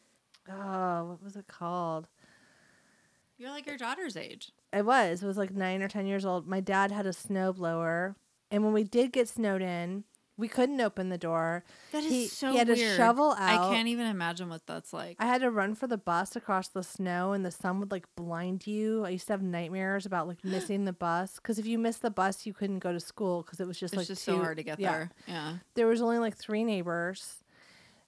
Speaker 3: oh, what was it called?
Speaker 2: You're like your daughter's age.
Speaker 3: It was. It was like nine or ten years old. My dad had a snowblower, and when we did get snowed in, we couldn't open the door.
Speaker 2: That is
Speaker 3: He-
Speaker 2: so
Speaker 3: he had a
Speaker 2: weird.
Speaker 3: shovel
Speaker 2: I
Speaker 3: out.
Speaker 2: can't even imagine what that's like.
Speaker 3: I had to run for the bus across the snow, and the sun would like blind you. I used to have nightmares about like missing the bus because if you missed the bus, you couldn't go to school because it was just
Speaker 2: it's
Speaker 3: like
Speaker 2: just
Speaker 3: too-
Speaker 2: so hard to get
Speaker 3: yeah.
Speaker 2: there. Yeah.
Speaker 3: There was only like three neighbors.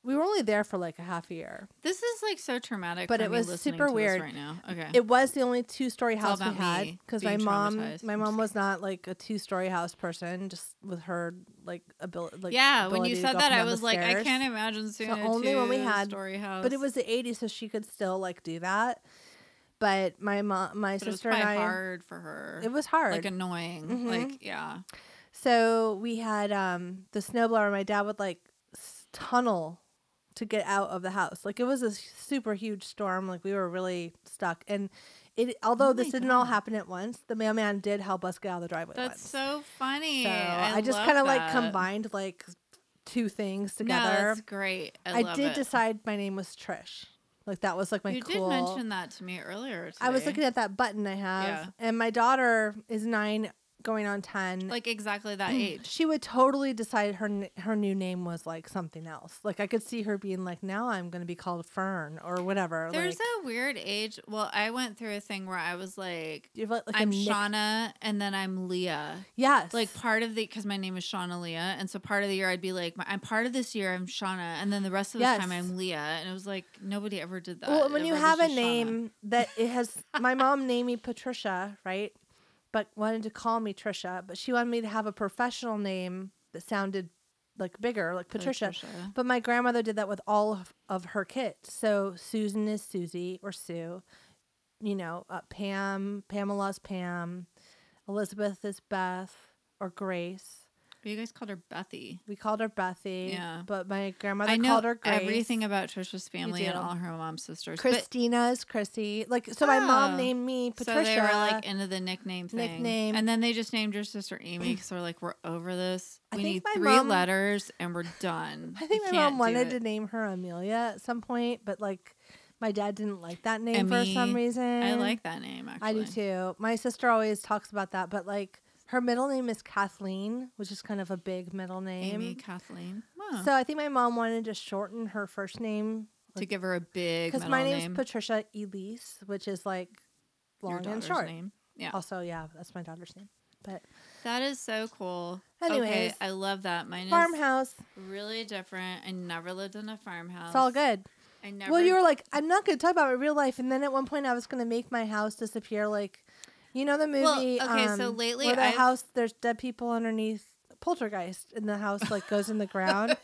Speaker 3: We were only there for like a half a year.
Speaker 2: This is like so traumatic.
Speaker 3: But
Speaker 2: for
Speaker 3: it
Speaker 2: me
Speaker 3: was
Speaker 2: listening
Speaker 3: super
Speaker 2: to this
Speaker 3: weird.
Speaker 2: right now. Okay.
Speaker 3: It was the only two-story
Speaker 2: all
Speaker 3: house we
Speaker 2: about
Speaker 3: had
Speaker 2: me
Speaker 3: because my
Speaker 2: being
Speaker 3: mom,
Speaker 2: traumatized.
Speaker 3: my mom was not like a two-story house person, just with her like ability. Like,
Speaker 2: yeah, when
Speaker 3: ability
Speaker 2: you
Speaker 3: to
Speaker 2: said
Speaker 3: go up
Speaker 2: that,
Speaker 3: and
Speaker 2: I
Speaker 3: down the
Speaker 2: was like, I
Speaker 3: stairs.
Speaker 2: can't imagine seeing a
Speaker 3: only when we had-
Speaker 2: story house.
Speaker 3: But it was the '80s, so she could still like do that. But my mom, my
Speaker 2: But it was
Speaker 3: sister
Speaker 2: probably
Speaker 3: and I,
Speaker 2: hard for her.
Speaker 3: it was hard.
Speaker 2: like annoying.
Speaker 3: Mhm.
Speaker 2: Like yeah,
Speaker 3: so we had um the snowblower. My dad would like s- tunnel to get out of the house. Like it was a super huge storm. Like we were really stuck. And it, although
Speaker 2: Oh my
Speaker 3: this didn't all
Speaker 2: God.
Speaker 3: happen at once, the mailman did help us get out of the driveway.
Speaker 2: that's
Speaker 3: once.
Speaker 2: so funny.
Speaker 3: So I, just
Speaker 2: love
Speaker 3: kind of like
Speaker 2: that.
Speaker 3: combined like two things
Speaker 2: No,
Speaker 3: together.
Speaker 2: that's great. I,
Speaker 3: I,
Speaker 2: love
Speaker 3: did
Speaker 2: it.
Speaker 3: decide my name was Trish. Like that was like my
Speaker 2: You
Speaker 3: cool.
Speaker 2: did mention that to me earlier.
Speaker 3: I was
Speaker 2: today.
Speaker 3: looking at that button I have,
Speaker 2: Yeah.
Speaker 3: and my daughter is nine, going on ten.
Speaker 2: like exactly that age.
Speaker 3: she would totally decide her n- her new name was like something else. Like I could see her being like, now I'm going to be called Fern or whatever.
Speaker 2: There's
Speaker 3: like,
Speaker 2: a weird age. Well, I went through a thing where I was like,
Speaker 3: you have like, like
Speaker 2: I'm
Speaker 3: a nick-
Speaker 2: Shauna, and then I'm Leah.
Speaker 3: Yes,
Speaker 2: Like part of the because my name is Shauna Leah, and so part of the year I'd be like, my, I'm part of this year I'm Shauna, and then the rest of the
Speaker 3: Yes.
Speaker 2: time I'm Leah, and it was like nobody ever did that.
Speaker 3: Well, when you
Speaker 2: Everybody's
Speaker 3: have a
Speaker 2: just Shauna.
Speaker 3: name that it has, my mom named me Patricia, right? But wanted to call me Trisha, but she wanted me to have a professional name that sounded like bigger, like
Speaker 2: Like
Speaker 3: Patricia. But my grandmother did that with all of, of her kids. So Susan is Susie or Sue. You know, uh, Pam, Pamela's Pam. Elizabeth is Beth or Grace.
Speaker 2: But you guys called her Bethy.
Speaker 3: We called her Bethy.
Speaker 2: Yeah.
Speaker 3: But my grandmother
Speaker 2: I know
Speaker 3: called her Grace.
Speaker 2: everything about Trisha's family and
Speaker 3: do.
Speaker 2: all her mom's sisters. but-
Speaker 3: Christina is Chrissy. Like, so my mom
Speaker 2: Oh.
Speaker 3: named me
Speaker 2: So
Speaker 3: Patricia.
Speaker 2: they were like into the nickname thing.
Speaker 3: Nickname.
Speaker 2: And then they just named your sister Amy because they're like, we're over this.
Speaker 3: I
Speaker 2: We
Speaker 3: think
Speaker 2: need
Speaker 3: my
Speaker 2: three
Speaker 3: mom-
Speaker 2: letters and we're done.
Speaker 3: I think
Speaker 2: We
Speaker 3: my mom
Speaker 2: can't do
Speaker 3: wanted
Speaker 2: it."
Speaker 3: to name her Amelia at some point, but like my dad didn't like that name for some
Speaker 2: Emmy.
Speaker 3: reason.
Speaker 2: I like that name actually.
Speaker 3: I do too. My sister always talks about that, but like her middle name is Kathleen, which is kind of a big middle name.
Speaker 2: Amy Kathleen. Wow.
Speaker 3: So I think my mom wanted to shorten her first name
Speaker 2: to give her a big
Speaker 3: because
Speaker 2: middle
Speaker 3: my name's
Speaker 2: name.
Speaker 3: Patricia Elise, which is like
Speaker 2: your
Speaker 3: long and
Speaker 2: daughter's
Speaker 3: short.
Speaker 2: Name. Yeah.
Speaker 3: Also, yeah, that's my daughter's name. But
Speaker 2: That is so cool.
Speaker 3: Anyways,
Speaker 2: okay, I love that. Mine is
Speaker 3: farmhouse,
Speaker 2: really different. I never lived in a farmhouse.
Speaker 3: it's all good.
Speaker 2: I never
Speaker 3: Well, you were like, I'm not going to talk about my real life, and then at one point I was going to make my house disappear, like, you know the movie.
Speaker 2: Well, okay, so
Speaker 3: um,
Speaker 2: lately
Speaker 3: where the
Speaker 2: I've-
Speaker 3: house there's dead people underneath poltergeist, and the house like goes in the ground.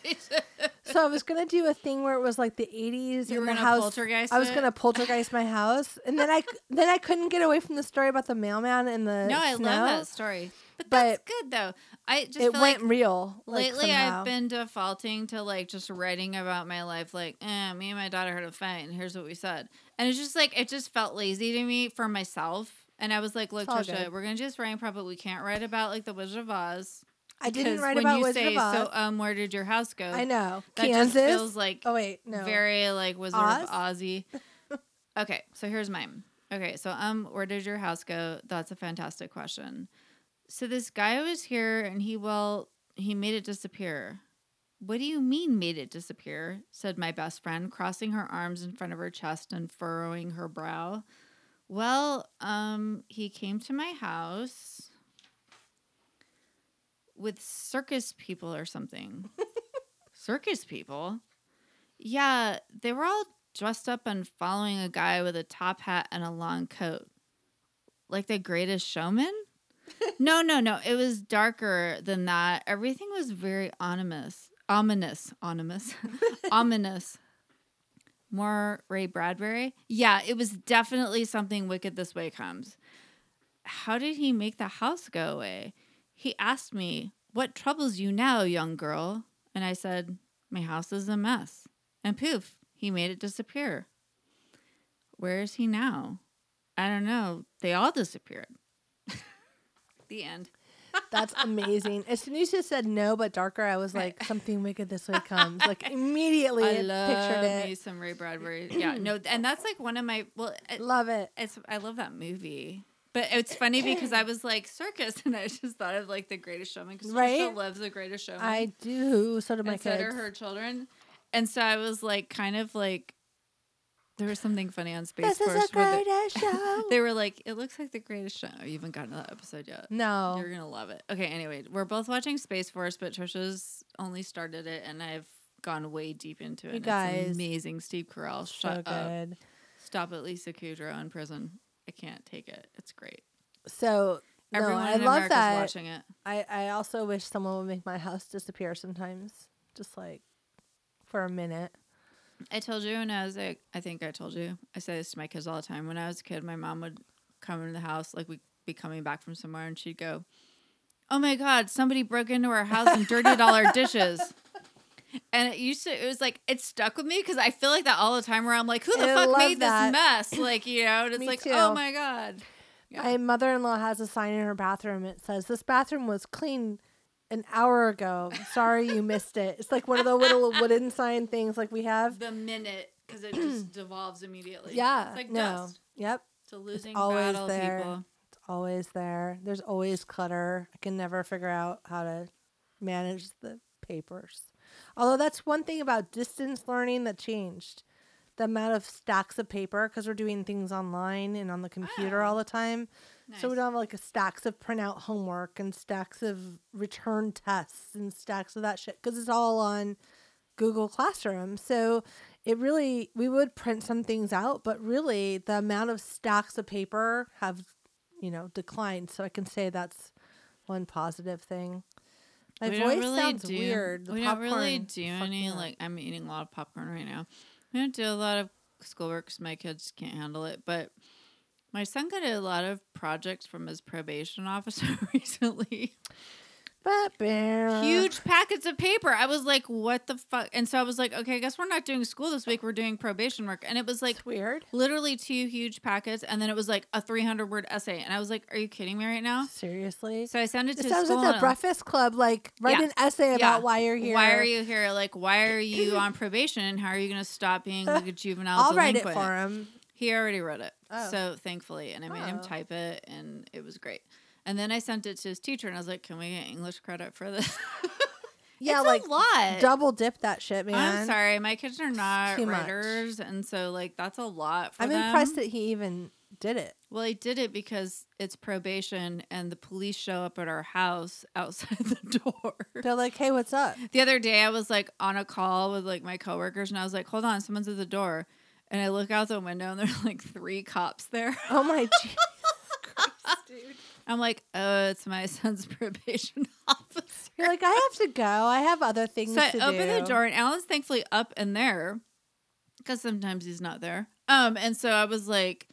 Speaker 3: so I was going to do a thing where it was like the 80s
Speaker 2: You
Speaker 3: and
Speaker 2: were
Speaker 3: the
Speaker 2: gonna
Speaker 3: house.
Speaker 2: poltergeist
Speaker 3: I was
Speaker 2: it?
Speaker 3: going to poltergeist my house, and then I c- then I couldn't get away from the story about the mailman and the
Speaker 2: No, I
Speaker 3: snow.
Speaker 2: love that story. But,
Speaker 3: But
Speaker 2: that's good though. I just feel
Speaker 3: It
Speaker 2: like
Speaker 3: went real. like,
Speaker 2: Lately,
Speaker 3: somehow.
Speaker 2: I've been defaulting to like just writing about my life, like, eh, me and my daughter had a fight, and here's what we said. And it's just like, it just felt lazy to me for myself. And I was like, look,
Speaker 3: It's all
Speaker 2: Trisha,
Speaker 3: good.
Speaker 2: we're going to just write prop, but we can't write about like the Wizard of Oz.
Speaker 3: I didn't
Speaker 2: 'Cause
Speaker 3: write
Speaker 2: when
Speaker 3: about
Speaker 2: you
Speaker 3: Wizard
Speaker 2: say,
Speaker 3: of Oz.
Speaker 2: So, um, where did your house go?
Speaker 3: I know
Speaker 2: That
Speaker 3: Kansas.
Speaker 2: just feels like
Speaker 3: oh wait, no.
Speaker 2: very like Wizard of
Speaker 3: Oz?
Speaker 2: Ozzy. okay, so here's mine. Okay, so um, where did your house go? That's a fantastic question. So this guy was here, and he well, he made it disappear. What do you mean made it disappear? said my best friend, crossing her arms in front of her chest and furrowing her brow. Well, um, he came to my house with circus people or something. circus people? Yeah, they were all dressed up and following a guy with a top hat and a long coat. Like the greatest showman? no, no, no. It was darker than that. Everything was very ominous. Ominous. Ominous. ominous. More Ray Bradbury? Yeah, it was definitely something wicked this way comes. How did he make the house go away? He asked me, What troubles you now, young girl? And I said, My house is a mess. And poof, he made it disappear. Where is he now? I don't know. They all disappeared. the end.
Speaker 3: That's amazing. As soon as you said no, but darker, I was like, something wicked this way comes. Like immediately,
Speaker 2: I
Speaker 3: I
Speaker 2: love
Speaker 3: pictured it.
Speaker 2: me some Ray Bradbury. yeah, no, and that's like one of my well, it-
Speaker 3: Love it.
Speaker 2: it's I love that movie. But it's funny because I was like circus, and I just thought of like The Greatest Showman because
Speaker 3: Right?
Speaker 2: Trisha loves The Greatest Showman.
Speaker 3: I do. So do
Speaker 2: Um,
Speaker 3: my
Speaker 2: and so
Speaker 3: kids.
Speaker 2: do her children. And so I was like, kind of like, there was something funny on Space
Speaker 3: This
Speaker 2: Force.
Speaker 3: is a
Speaker 2: where they-
Speaker 3: greatest show.
Speaker 2: they were like, it looks like the greatest show. You haven't gotten to that episode yet.
Speaker 3: no.
Speaker 2: You're gonna love it. Okay, anyway, we're both watching Space Force, but Trisha's only started it, and I've gone way deep into it.
Speaker 3: You
Speaker 2: and
Speaker 3: guys-
Speaker 2: it's amazing, Steve Carell.
Speaker 3: So
Speaker 2: Shut up.
Speaker 3: good.
Speaker 2: Stop at Lisa Kudrow in prison. I can't take it. It's great.
Speaker 3: So no,
Speaker 2: Everyone
Speaker 3: I
Speaker 2: in
Speaker 3: love
Speaker 2: America's
Speaker 3: that.
Speaker 2: watching it.
Speaker 3: I, I also wish someone would make my house disappear sometimes, just like for a minute.
Speaker 2: I told you when I was like, I think I told you. I say this to my kids all the time. When I was a kid, my mom would come into the house, like we'd be coming back from somewhere, and she'd go, "Oh my God, somebody broke into our house and dirtied all our dishes." And it used to, it was like it stuck with me because I feel like that all the time. Where I'm like, "Who the
Speaker 3: I
Speaker 2: fuck
Speaker 3: love
Speaker 2: made this
Speaker 3: that.
Speaker 2: mess?" Like you know, and it's
Speaker 3: Me
Speaker 2: like,
Speaker 3: too.
Speaker 2: "Oh my God." Yeah.
Speaker 3: My mother in law has a sign in her bathroom. It says, This bathroom was clean an hour ago. Sorry you missed it. It's like one of the little wooden sign things like we have.
Speaker 2: The minute because it just devolves immediately.
Speaker 3: Yeah.
Speaker 2: it's like
Speaker 3: no.
Speaker 2: dust.
Speaker 3: Yep.
Speaker 2: It's a losing
Speaker 3: always
Speaker 2: battle,
Speaker 3: there.
Speaker 2: people.
Speaker 3: It's always there. There's always clutter. I can never figure out how to manage the papers. Although that's one thing about distance learning that changed. The amount of stacks of paper because we're doing things online and on the computer
Speaker 2: Oh.
Speaker 3: all the time. So we
Speaker 2: Nice.
Speaker 3: don't have like a stacks of printout homework and stacks of return tests and stacks of that shit because it's all on Google Classroom. So it really we would print some things out, but really the amount of stacks of paper have you know declined. So I can say that's one positive thing. My
Speaker 2: We don't
Speaker 3: voice
Speaker 2: really
Speaker 3: sounds
Speaker 2: do-
Speaker 3: weird. The
Speaker 2: we don't really
Speaker 3: popcorn
Speaker 2: do
Speaker 3: fucked me
Speaker 2: any
Speaker 3: up.
Speaker 2: like I'm eating a lot of popcorn right now. We don't do a lot of schoolwork 'cause my kids can't handle it. But my son got a lot of projects from his probation officer recently.
Speaker 3: But bear.
Speaker 2: Huge packets of paper. I was like, "What the fuck?" And so I was like, "Okay, I guess we're not doing school this week. We're doing probation work." And it was like
Speaker 3: It's weird.
Speaker 2: literally two huge packets, and then it was like a 300 word essay. And I was like, "Are you kidding me right now?"
Speaker 3: Seriously.
Speaker 2: So I sent it
Speaker 3: It
Speaker 2: to
Speaker 3: sounds
Speaker 2: school.
Speaker 3: like the
Speaker 2: and-
Speaker 3: Breakfast Club. Like write
Speaker 2: Yeah.
Speaker 3: an essay about
Speaker 2: Yeah.
Speaker 3: why you're here.
Speaker 2: Why are you here? Like, why are you on probation? And how are you going to stop being like a juvenile
Speaker 3: I'll write it
Speaker 2: delinquent?
Speaker 3: for him.
Speaker 2: He already wrote it,
Speaker 3: Oh.
Speaker 2: so thankfully, and I made him
Speaker 3: Oh.
Speaker 2: type it, and it was great. And then I sent it to his teacher, and I was like, "Can we get English credit for this?"
Speaker 3: Yeah,
Speaker 2: It's
Speaker 3: like
Speaker 2: a lot.
Speaker 3: double dip that shit, man.
Speaker 2: I'm sorry, my kids are not
Speaker 3: too much.
Speaker 2: writers, and so like that's a lot for
Speaker 3: I'm
Speaker 2: them.
Speaker 3: impressed that he even did it.
Speaker 2: Well, I did it because it's probation, and the police show up at our house outside the door.
Speaker 3: They're like, "Hey, what's up?"
Speaker 2: The other day, I was like on a call with like my coworkers, and I was like, "Hold on, someone's at the door," and I look out the window, and there's like three cops there.
Speaker 3: Oh my, gee-
Speaker 2: I'm like, "Oh, it's my son's probation officer."
Speaker 3: you're like, "I have to go. I have other things
Speaker 2: So I
Speaker 3: to
Speaker 2: open the
Speaker 3: do."
Speaker 2: door, and Alan's thankfully up and there, because sometimes he's not there. Um, and so I was like,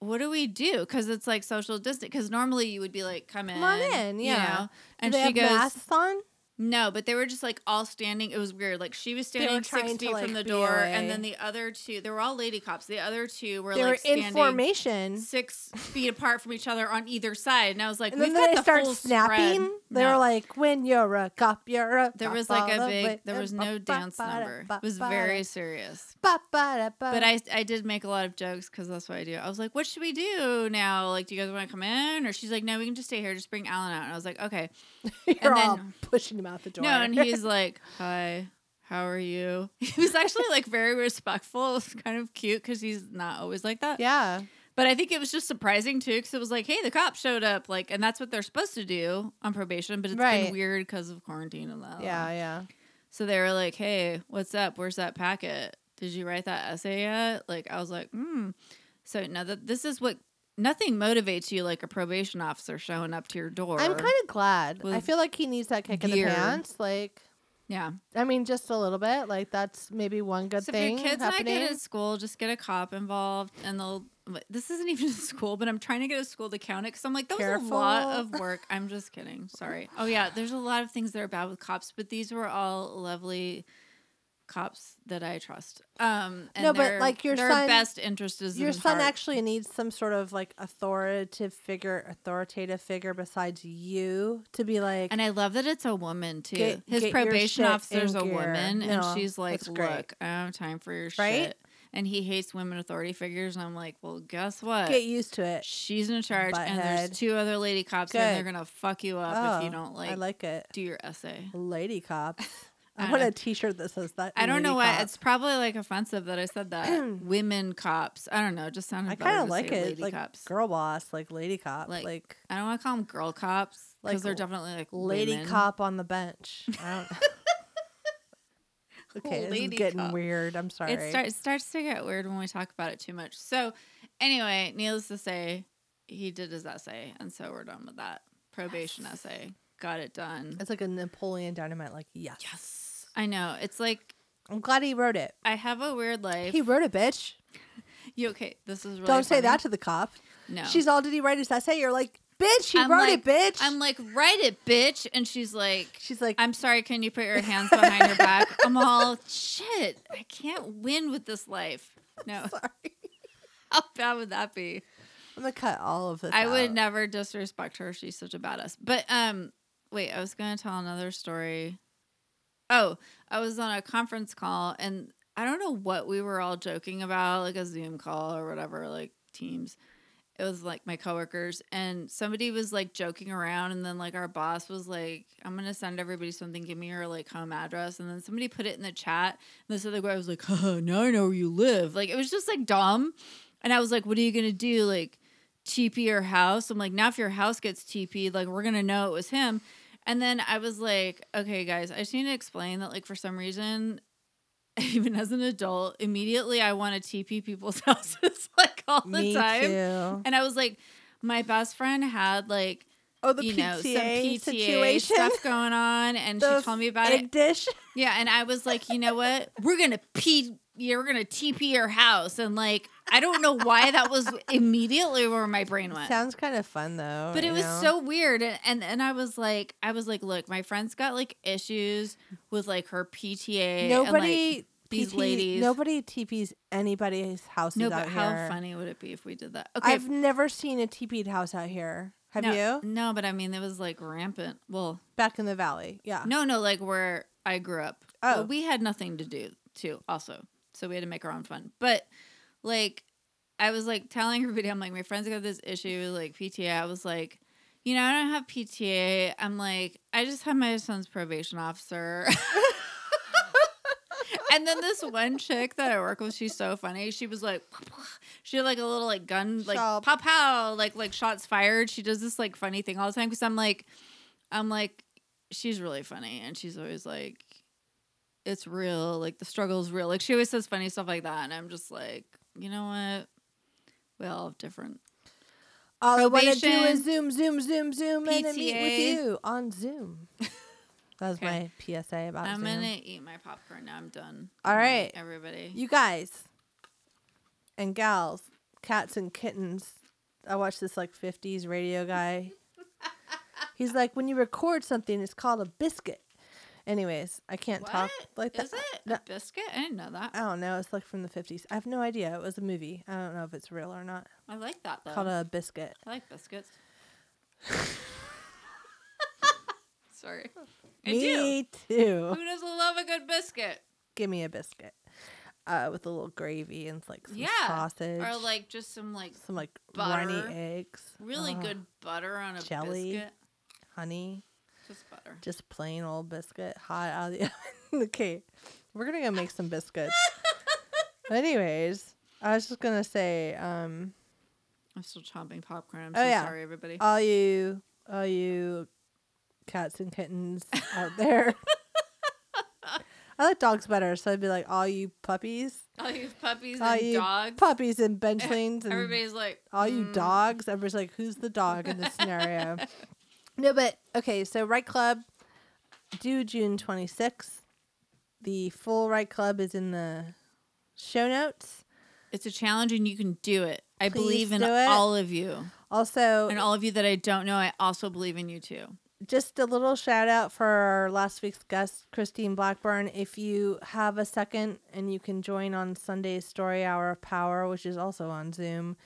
Speaker 2: "What do we do?" Because it's like social distance. Because normally you would be like, "Come in,
Speaker 3: Come on in,
Speaker 2: you
Speaker 3: yeah.
Speaker 2: know?
Speaker 3: Do
Speaker 2: And
Speaker 3: they
Speaker 2: she
Speaker 3: have
Speaker 2: goes,
Speaker 3: masks on.
Speaker 2: No, but they were just like all standing. It was weird. Like she was
Speaker 3: were
Speaker 2: standing six
Speaker 3: trying
Speaker 2: feet
Speaker 3: to, like,
Speaker 2: from the
Speaker 3: be
Speaker 2: door,
Speaker 3: away.
Speaker 2: and then the other two, they were all lady cops. The other two were
Speaker 3: They're
Speaker 2: like standing
Speaker 3: in formation,
Speaker 2: six feet apart from each other on either side. And I was like,
Speaker 3: and
Speaker 2: we've
Speaker 3: then
Speaker 2: got
Speaker 3: they
Speaker 2: the
Speaker 3: start
Speaker 2: full
Speaker 3: snapping.
Speaker 2: spread.
Speaker 3: They
Speaker 2: No.
Speaker 3: were like, "When you're a cop, you're a."
Speaker 2: there
Speaker 3: cop
Speaker 2: was like
Speaker 3: all
Speaker 2: a
Speaker 3: the way."
Speaker 2: big, there was no
Speaker 3: Ba- ba-
Speaker 2: dance
Speaker 3: ba- da-
Speaker 2: number.
Speaker 3: ba-
Speaker 2: It was
Speaker 3: ba- da-
Speaker 2: very serious.
Speaker 3: ba- ba- da- ba-
Speaker 2: But I, I did make a lot of jokes because that's what I do. I was like, what should we do now? Like, do you guys want to come in? Or she's like, no, we can just stay here. Just bring Alan out. And I was like, okay.
Speaker 3: you're
Speaker 2: and
Speaker 3: all
Speaker 2: then-
Speaker 3: pushing him out the door.
Speaker 2: No, and he's like, "Hi, how are you?" He was actually like very respectful. It was kind of cute because he's not always like that.
Speaker 3: yeah,
Speaker 2: But I think it was just surprising too because it was like, "Hey, the cop showed up," like, and that's what they're supposed to do on probation. But it's
Speaker 3: Right.
Speaker 2: been weird because of quarantine and that.
Speaker 3: yeah, yeah.
Speaker 2: So they were like, "Hey, what's up? Where's that packet? Did you write that essay yet?" Like, I was like, "Hmm." So now that this is what nothing motivates you like a probation officer showing up to your door.
Speaker 3: I'm kind of glad. I
Speaker 2: with
Speaker 3: feel like he needs that kick in the
Speaker 2: gear.
Speaker 3: pants. Like,
Speaker 2: Yeah.
Speaker 3: I mean, just a little bit. Like that's maybe one good
Speaker 2: so if
Speaker 3: thing
Speaker 2: your kid's
Speaker 3: happening.
Speaker 2: not good at school, just get a cop involved, and they'll. wait, This isn't even a school, but I'm trying to get a school to count it because I'm like, that was a lot
Speaker 3: Careful.
Speaker 2: of work. I'm just kidding. Sorry. Oh yeah, there's a lot of things that are bad with cops, but these were all lovely cops that I trust. Um, and
Speaker 3: No, but,
Speaker 2: their-
Speaker 3: like, your
Speaker 2: their
Speaker 3: son-
Speaker 2: best interest is
Speaker 3: your
Speaker 2: in
Speaker 3: son
Speaker 2: heart.
Speaker 3: actually needs some sort of like authoritative figure, authoritative figure besides you to be like.
Speaker 2: And I love that it's a woman too.
Speaker 3: Get-
Speaker 2: His
Speaker 3: get your
Speaker 2: probation
Speaker 3: shit
Speaker 2: officer's
Speaker 3: in
Speaker 2: a
Speaker 3: gear.
Speaker 2: woman,
Speaker 3: No,
Speaker 2: and she's like,
Speaker 3: that's great.
Speaker 2: "Look, I don't have time for your
Speaker 3: Right?
Speaker 2: shit." And he hates women authority figures, and I'm like, "Well, guess what?
Speaker 3: Get used to it.
Speaker 2: She's in charge, and
Speaker 3: Butthead.
Speaker 2: there's two other lady cops, and they're
Speaker 3: Good.
Speaker 2: gonna fuck you up if
Speaker 3: Oh,
Speaker 2: you don't
Speaker 3: I
Speaker 2: like,
Speaker 3: like it.
Speaker 2: do your essay."
Speaker 3: Lady cop.
Speaker 2: I
Speaker 3: I want
Speaker 2: know.
Speaker 3: a T-shirt that says that.
Speaker 2: I don't
Speaker 3: lady
Speaker 2: know why.
Speaker 3: cop.
Speaker 2: It's probably like offensive that I said that. women cops. I don't know. It just sounded.
Speaker 3: I
Speaker 2: kind of
Speaker 3: like it.
Speaker 2: Lady
Speaker 3: like
Speaker 2: cops.
Speaker 3: girl boss, like lady cop, like,
Speaker 2: Like, I don't want to call them girl cops because
Speaker 3: Like,
Speaker 2: they're definitely like
Speaker 3: lady
Speaker 2: women.
Speaker 3: cop on the bench. I don't. okay, this is
Speaker 2: Lady
Speaker 3: getting
Speaker 2: cop.
Speaker 3: weird. I'm sorry.
Speaker 2: It starts starts to get weird when we talk about it too much. So, anyway, needless to say, he did his essay, and so we're done with that probation essay. Got it done.
Speaker 3: It's like a Napoleon Dynamite. Like yes,
Speaker 2: Yes, I know. It's like
Speaker 3: I'm glad he wrote it.
Speaker 2: I have a weird life.
Speaker 3: He wrote it, bitch.
Speaker 2: you okay? This is really
Speaker 3: don't say
Speaker 2: funny.
Speaker 3: that to the cop.
Speaker 2: No,
Speaker 3: She's all, did he write his essay? You're like, bitch, he
Speaker 2: I'm
Speaker 3: wrote
Speaker 2: like-
Speaker 3: it, bitch.
Speaker 2: I'm like, write it, bitch, and she's like,
Speaker 3: She's like,
Speaker 2: I'm sorry. Can you put your hands behind your back? I'm all shit. I can't win with this life. No,
Speaker 3: sorry.
Speaker 2: how bad would that be?
Speaker 3: I'm gonna cut all of this.
Speaker 2: I would
Speaker 3: out.
Speaker 2: never disrespect her. She's such a badass. But um, wait, I was gonna tell another story. Oh, I was on a conference call, and I don't know what we were all joking about, like a Zoom call or whatever, like Teams. It was like my coworkers, and somebody was like joking around, and then like our boss was like, "I'm gonna send everybody something. Give me your like home address." And then somebody put it in the chat, and this other guy was like, "Huh, "Now I know where you live." Like it was just like dumb, and I was like, "What are you gonna do?" Like TP your house. I'm like, now if your house gets TP, like we're gonna know it was him. And then I was like, okay, guys, I just need to explain that like for some reason, even as an adult, immediately I want to TP people's houses like all the
Speaker 3: Me
Speaker 2: time.
Speaker 3: too.
Speaker 2: And I was like, my best friend had like
Speaker 3: Oh, the
Speaker 2: you
Speaker 3: PTA,
Speaker 2: know some PTA
Speaker 3: situation.
Speaker 2: stuff going on, and
Speaker 3: The
Speaker 2: she told me about
Speaker 3: egg
Speaker 2: it.
Speaker 3: dish.
Speaker 2: Yeah, and I was like, you know what? We're gonna p, yeah, we're gonna TP your house, and like I don't know why that was immediately where my brain went.
Speaker 3: Sounds kind of fun though.
Speaker 2: But it
Speaker 3: you
Speaker 2: was
Speaker 3: know?
Speaker 2: so weird, and, and and I was like, I was like, look, my friend's got like issues with like her PTA.
Speaker 3: nobody.
Speaker 2: and, like, these
Speaker 3: PT
Speaker 2: ladies.
Speaker 3: Nobody TPs anybody's houses
Speaker 2: no,
Speaker 3: out
Speaker 2: but how
Speaker 3: here.
Speaker 2: funny would it be if we did that? Okay,
Speaker 3: I've never seen a TP'd house out here. Have
Speaker 2: no,
Speaker 3: you?
Speaker 2: No, but I mean, it was like rampant. Well,
Speaker 3: Back in the valley. Yeah.
Speaker 2: no, no, like where I grew up.
Speaker 3: Oh.
Speaker 2: But we had nothing to do too, also, so we had to make our own fun. But like, I was like telling everybody, I'm like, my friends got this issue with like PTA. I was like. You know, I don't have PTA. I'm like, I just had my son's probation officer. and then this one chick that I work with, she's so funny. She was like, she had like a little like gun, like
Speaker 3: Shop.
Speaker 2: pop pow, like like shots fired. She does this like funny thing all the time because I'm like, I'm like, she's really funny, and she's always like, it's real, like the struggle's real. Like she always says funny stuff like that, and I'm just like, you know what? We all have different.
Speaker 3: All I want to do is
Speaker 2: Probation,
Speaker 3: Zoom, Zoom, Zoom, Zoom, and a meet with
Speaker 2: PTA.
Speaker 3: you on Zoom. That was
Speaker 2: Okay.
Speaker 3: my PSA about
Speaker 2: I'm
Speaker 3: Zoom.
Speaker 2: gonna eat my popcorn now. I'm done.
Speaker 3: All
Speaker 2: Good night,
Speaker 3: right.
Speaker 2: everybody.
Speaker 3: You guys and gals, cats and kittens. I watched this like 50s radio guy. He's like, when you record something, it's called a biscuit. Anyways, I can't talk like that.
Speaker 2: Is it
Speaker 3: No, Oh.
Speaker 2: a biscuit? I didn't know that.
Speaker 3: I don't know. It's like from the 50s. I have no idea. It was a movie. I don't know if it's real or not.
Speaker 2: I like that though.
Speaker 3: Called a biscuit.
Speaker 2: I like biscuits. Sorry. I do.
Speaker 3: Me too.
Speaker 2: Who doesn't love a good biscuit?
Speaker 3: Give me a biscuit uh, with a little gravy and like some
Speaker 2: yeah.
Speaker 3: sausage,
Speaker 2: Or like just some like
Speaker 3: some like
Speaker 2: butter.
Speaker 3: runny eggs,
Speaker 2: really
Speaker 3: Ugh,
Speaker 2: good butter on a
Speaker 3: jelly.
Speaker 2: biscuit.
Speaker 3: honey,
Speaker 2: Just butter.
Speaker 3: just plain old biscuit, hot out of the oven. okay, we're gonna go make some biscuits. But anyways, I was just gonna say, um,
Speaker 2: I'm still chomping popcorn. I'm
Speaker 3: Oh,
Speaker 2: so
Speaker 3: yeah.
Speaker 2: sorry, everybody.
Speaker 3: all you, all you cats and kittens out there. I like dogs better, so I'd be like, all you puppies,
Speaker 2: all you puppies
Speaker 3: all
Speaker 2: and
Speaker 3: you
Speaker 2: dogs.
Speaker 3: puppies and benchlings and
Speaker 2: Everybody's like,
Speaker 3: all you
Speaker 2: "Mm,
Speaker 3: dogs everybody's like who's the dog in this scenario no but okay so right club due june 26th The full ride club is in the show notes.
Speaker 2: It's a challenge and you can do it. I
Speaker 3: Please
Speaker 2: believe in
Speaker 3: do it.
Speaker 2: all of you.
Speaker 3: Also,
Speaker 2: And all of you that I don't know, I also believe in you too.
Speaker 3: just a little shout out for last week's guest, Christine Blackburn. If you have a second and you can join on Sunday's Story Hour of Power, which is also on Zoom,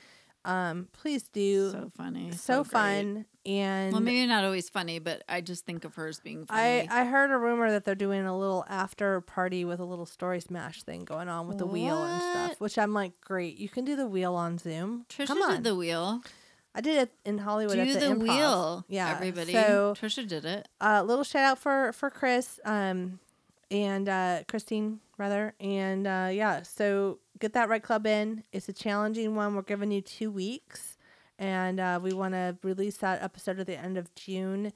Speaker 3: um, please do. So,
Speaker 2: So funny. great.
Speaker 3: fun. And
Speaker 2: Well, maybe not always funny, but I just think of her as being
Speaker 3: I,
Speaker 2: funny.
Speaker 3: I heard a rumor that they're doing a little after party with a little story smash thing going on with the wheel and stuff,
Speaker 2: What?
Speaker 3: which I'm like, great. You can do the wheel on Zoom.
Speaker 2: Trisha
Speaker 3: Come on.
Speaker 2: did the wheel.
Speaker 3: I did it in Hollywood
Speaker 2: Do
Speaker 3: at the,
Speaker 2: the,
Speaker 3: Improv.
Speaker 2: wheel.
Speaker 3: Yeah.
Speaker 2: Everybody.
Speaker 3: So
Speaker 2: Trisha did it.
Speaker 3: uh, little shout out for for Chris um and uh, Christine rather and uh, yeah so get that right club in it's a challenging one we're giving you two weeks and uh, we want to release that episode at the end of June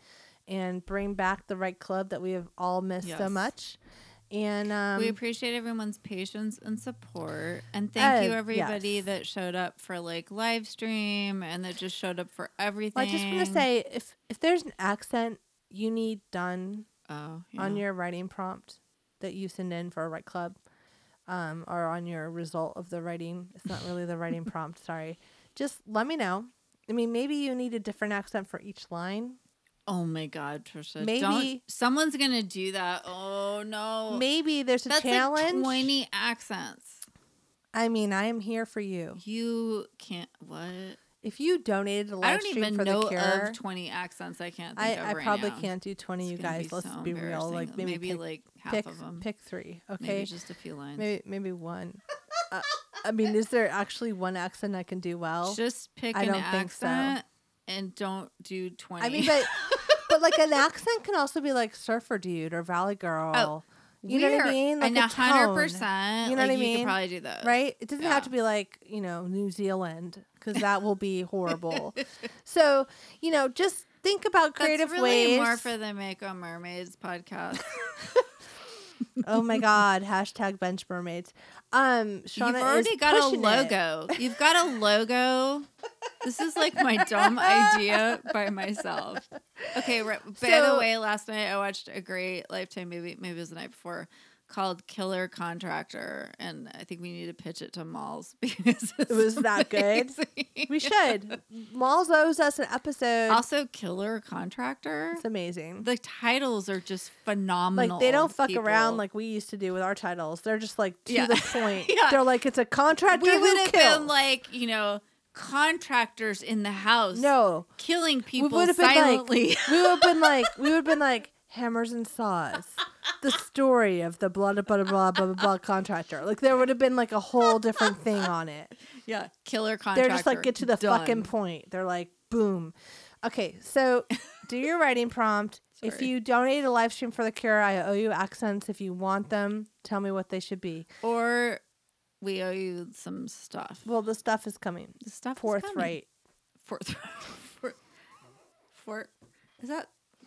Speaker 3: and bring back the right club that we have all missed so
Speaker 2: Yes.
Speaker 3: much and um,
Speaker 2: we appreciate everyone's patience and support. And thank you
Speaker 3: Uh,
Speaker 2: everybody
Speaker 3: yes.
Speaker 2: that showed up for like live stream and that just showed up for everything.
Speaker 3: I just want to say if if there's an accent you need done
Speaker 2: oh,
Speaker 3: on
Speaker 2: yeah.
Speaker 3: your writing prompt that you send in for a write club um, or on your result of the writing. It's not really the writing prompt, sorry. Just let me know. I mean, maybe you need a different accent for each line.
Speaker 2: Oh my god, Trisha.
Speaker 3: Maybe-
Speaker 2: Don't, someone's gonna do that. Oh no.
Speaker 3: Maybe there's a
Speaker 2: That's
Speaker 3: challenge.
Speaker 2: like 20 accents.
Speaker 3: I mean, I am here for you.
Speaker 2: You can't what?
Speaker 3: If you donated to
Speaker 2: I
Speaker 3: live
Speaker 2: don't
Speaker 3: stream
Speaker 2: even
Speaker 3: for
Speaker 2: know
Speaker 3: the cure,
Speaker 2: of 20 accents I can't think
Speaker 3: I,
Speaker 2: of
Speaker 3: I
Speaker 2: right
Speaker 3: probably
Speaker 2: now.
Speaker 3: can't do 20,
Speaker 2: It's
Speaker 3: you
Speaker 2: gonna
Speaker 3: guys. let's
Speaker 2: so
Speaker 3: be real.
Speaker 2: embarrassing.
Speaker 3: Like maybe, pick,
Speaker 2: like half
Speaker 3: pick,
Speaker 2: of them.
Speaker 3: pick three. Okay.
Speaker 2: Maybe just a few lines.
Speaker 3: maybe, maybe one. uh, I mean, is there actually one accent I can do well?
Speaker 2: Just pick
Speaker 3: I
Speaker 2: an
Speaker 3: don't think so.
Speaker 2: accent and don't do 20.
Speaker 3: I mean, but but like an accent can also be like surfer dude or valley girl.
Speaker 2: Oh,
Speaker 3: you know what I
Speaker 2: We're-
Speaker 3: mean? Like
Speaker 2: and
Speaker 3: a
Speaker 2: 100%.
Speaker 3: tone,
Speaker 2: You know what I mean? You
Speaker 3: mean?
Speaker 2: could probably do those.
Speaker 3: right? It doesn't have
Speaker 2: Yeah.
Speaker 3: to be like you know New Zealand because that will be horrible. so you know, just think about
Speaker 2: That's
Speaker 3: creative
Speaker 2: really
Speaker 3: ways.
Speaker 2: more for the Make a Mermaids podcast.
Speaker 3: oh my god! Hashtag bench mermaids. Um, Shauna
Speaker 2: You've
Speaker 3: is
Speaker 2: already got a
Speaker 3: pushing it.
Speaker 2: logo. You've got a logo. This is like my dumb idea by myself. Okay, right, by
Speaker 3: So-
Speaker 2: the way, last night I watched a great Lifetime movie, maybe it was the night before, called Killer Contractor. And I think we need to pitch it to malls because it
Speaker 3: was that good? We should. Malls owes us an episode.
Speaker 2: Also, Killer Contractor.
Speaker 3: it's amazing.
Speaker 2: The titles are just phenomenal.
Speaker 3: Like they don't fuck around
Speaker 2: people.
Speaker 3: like we used to do with our titles. They're just like to
Speaker 2: Yeah.
Speaker 3: the point.
Speaker 2: Yeah.
Speaker 3: They're like it's a contractor
Speaker 2: we
Speaker 3: who
Speaker 2: would have
Speaker 3: kills.
Speaker 2: been like, you know, contractors in the house.
Speaker 3: no,
Speaker 2: killing
Speaker 3: we
Speaker 2: people
Speaker 3: would have been like
Speaker 2: silently.
Speaker 3: we would have been like we would have been like hammers and saws. The story of the blah blah blah blah blah blah, blah contractor. Like there would have been like a whole different thing on it.
Speaker 2: yeah, killer contractor.
Speaker 3: They're just like get to the
Speaker 2: Done.
Speaker 3: fucking point. They're like boom. Okay, so do your writing prompt. If
Speaker 2: Sorry.
Speaker 3: you donate a live stream for the cure, I owe you accents. If you want them, tell me what they should be.
Speaker 2: Or we owe you some stuff.
Speaker 3: Well, the stuff is coming.
Speaker 2: The stuff is coming.
Speaker 3: Forthright.
Speaker 2: Forthright. Forth. Forth. Is that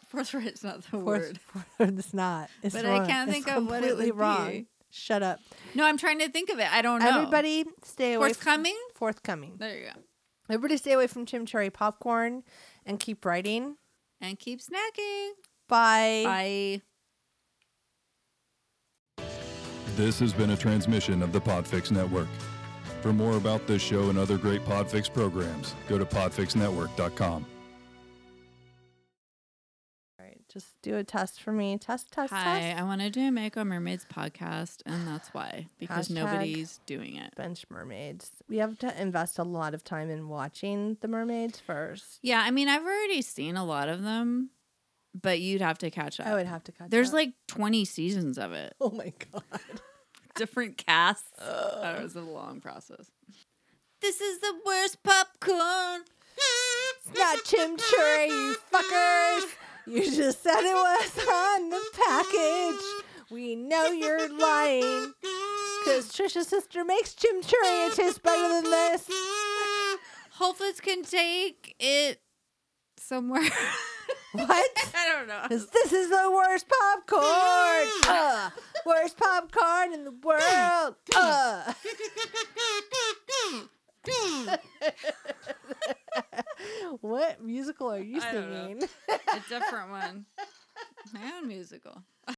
Speaker 2: forthright? It's not the
Speaker 3: Forth,
Speaker 2: word.
Speaker 3: forth- it's not. It's
Speaker 2: But I
Speaker 3: wrong.
Speaker 2: can't
Speaker 3: It's
Speaker 2: think of what it
Speaker 3: completely
Speaker 2: would
Speaker 3: wrong.
Speaker 2: be.
Speaker 3: Shut up.
Speaker 2: No, I'm trying to think of it. I don't know.
Speaker 3: Everybody stay away. From,
Speaker 2: forthcoming.
Speaker 3: forthcoming.
Speaker 2: There you go.
Speaker 3: Everybody stay away from chimchurri popcorn and keep writing.
Speaker 2: And keep snacking.
Speaker 3: Bye.
Speaker 2: Bye.
Speaker 4: This has been a transmission of the Podfix Network. For more about this show and other great Podfix programs, go to podfixnetwork.com.
Speaker 3: All right, just do a test for me. Test, test,
Speaker 2: Hi,
Speaker 3: test.
Speaker 2: I want to do a Make a Mermaids podcast, and that's why because
Speaker 3: Hashtag.
Speaker 2: nobody's doing it.
Speaker 3: Bench mermaids. We have to invest a lot of time in watching the mermaids first.
Speaker 2: Yeah, I mean, I've already seen a lot of them, but you'd have to catch up.
Speaker 3: I would have to cut.
Speaker 2: There's
Speaker 3: that.
Speaker 2: like 20 seasons of it,
Speaker 3: oh my god.
Speaker 2: different casts. That was a long process. This is the worst popcorn.
Speaker 3: It's not chimchurri, you fuckers. You just said it was on the package. We know you're lying. Because Trisha's sister makes chimchurri and it tastes better than this.
Speaker 2: Whole Foods can take it somewhere.
Speaker 3: What?
Speaker 2: I don't know.
Speaker 3: 'Cause this is the worst popcorn. Uh, worst popcorn in the world. Uh. what musical are you
Speaker 2: I don't know.
Speaker 3: singing?
Speaker 2: A different one. My own musical.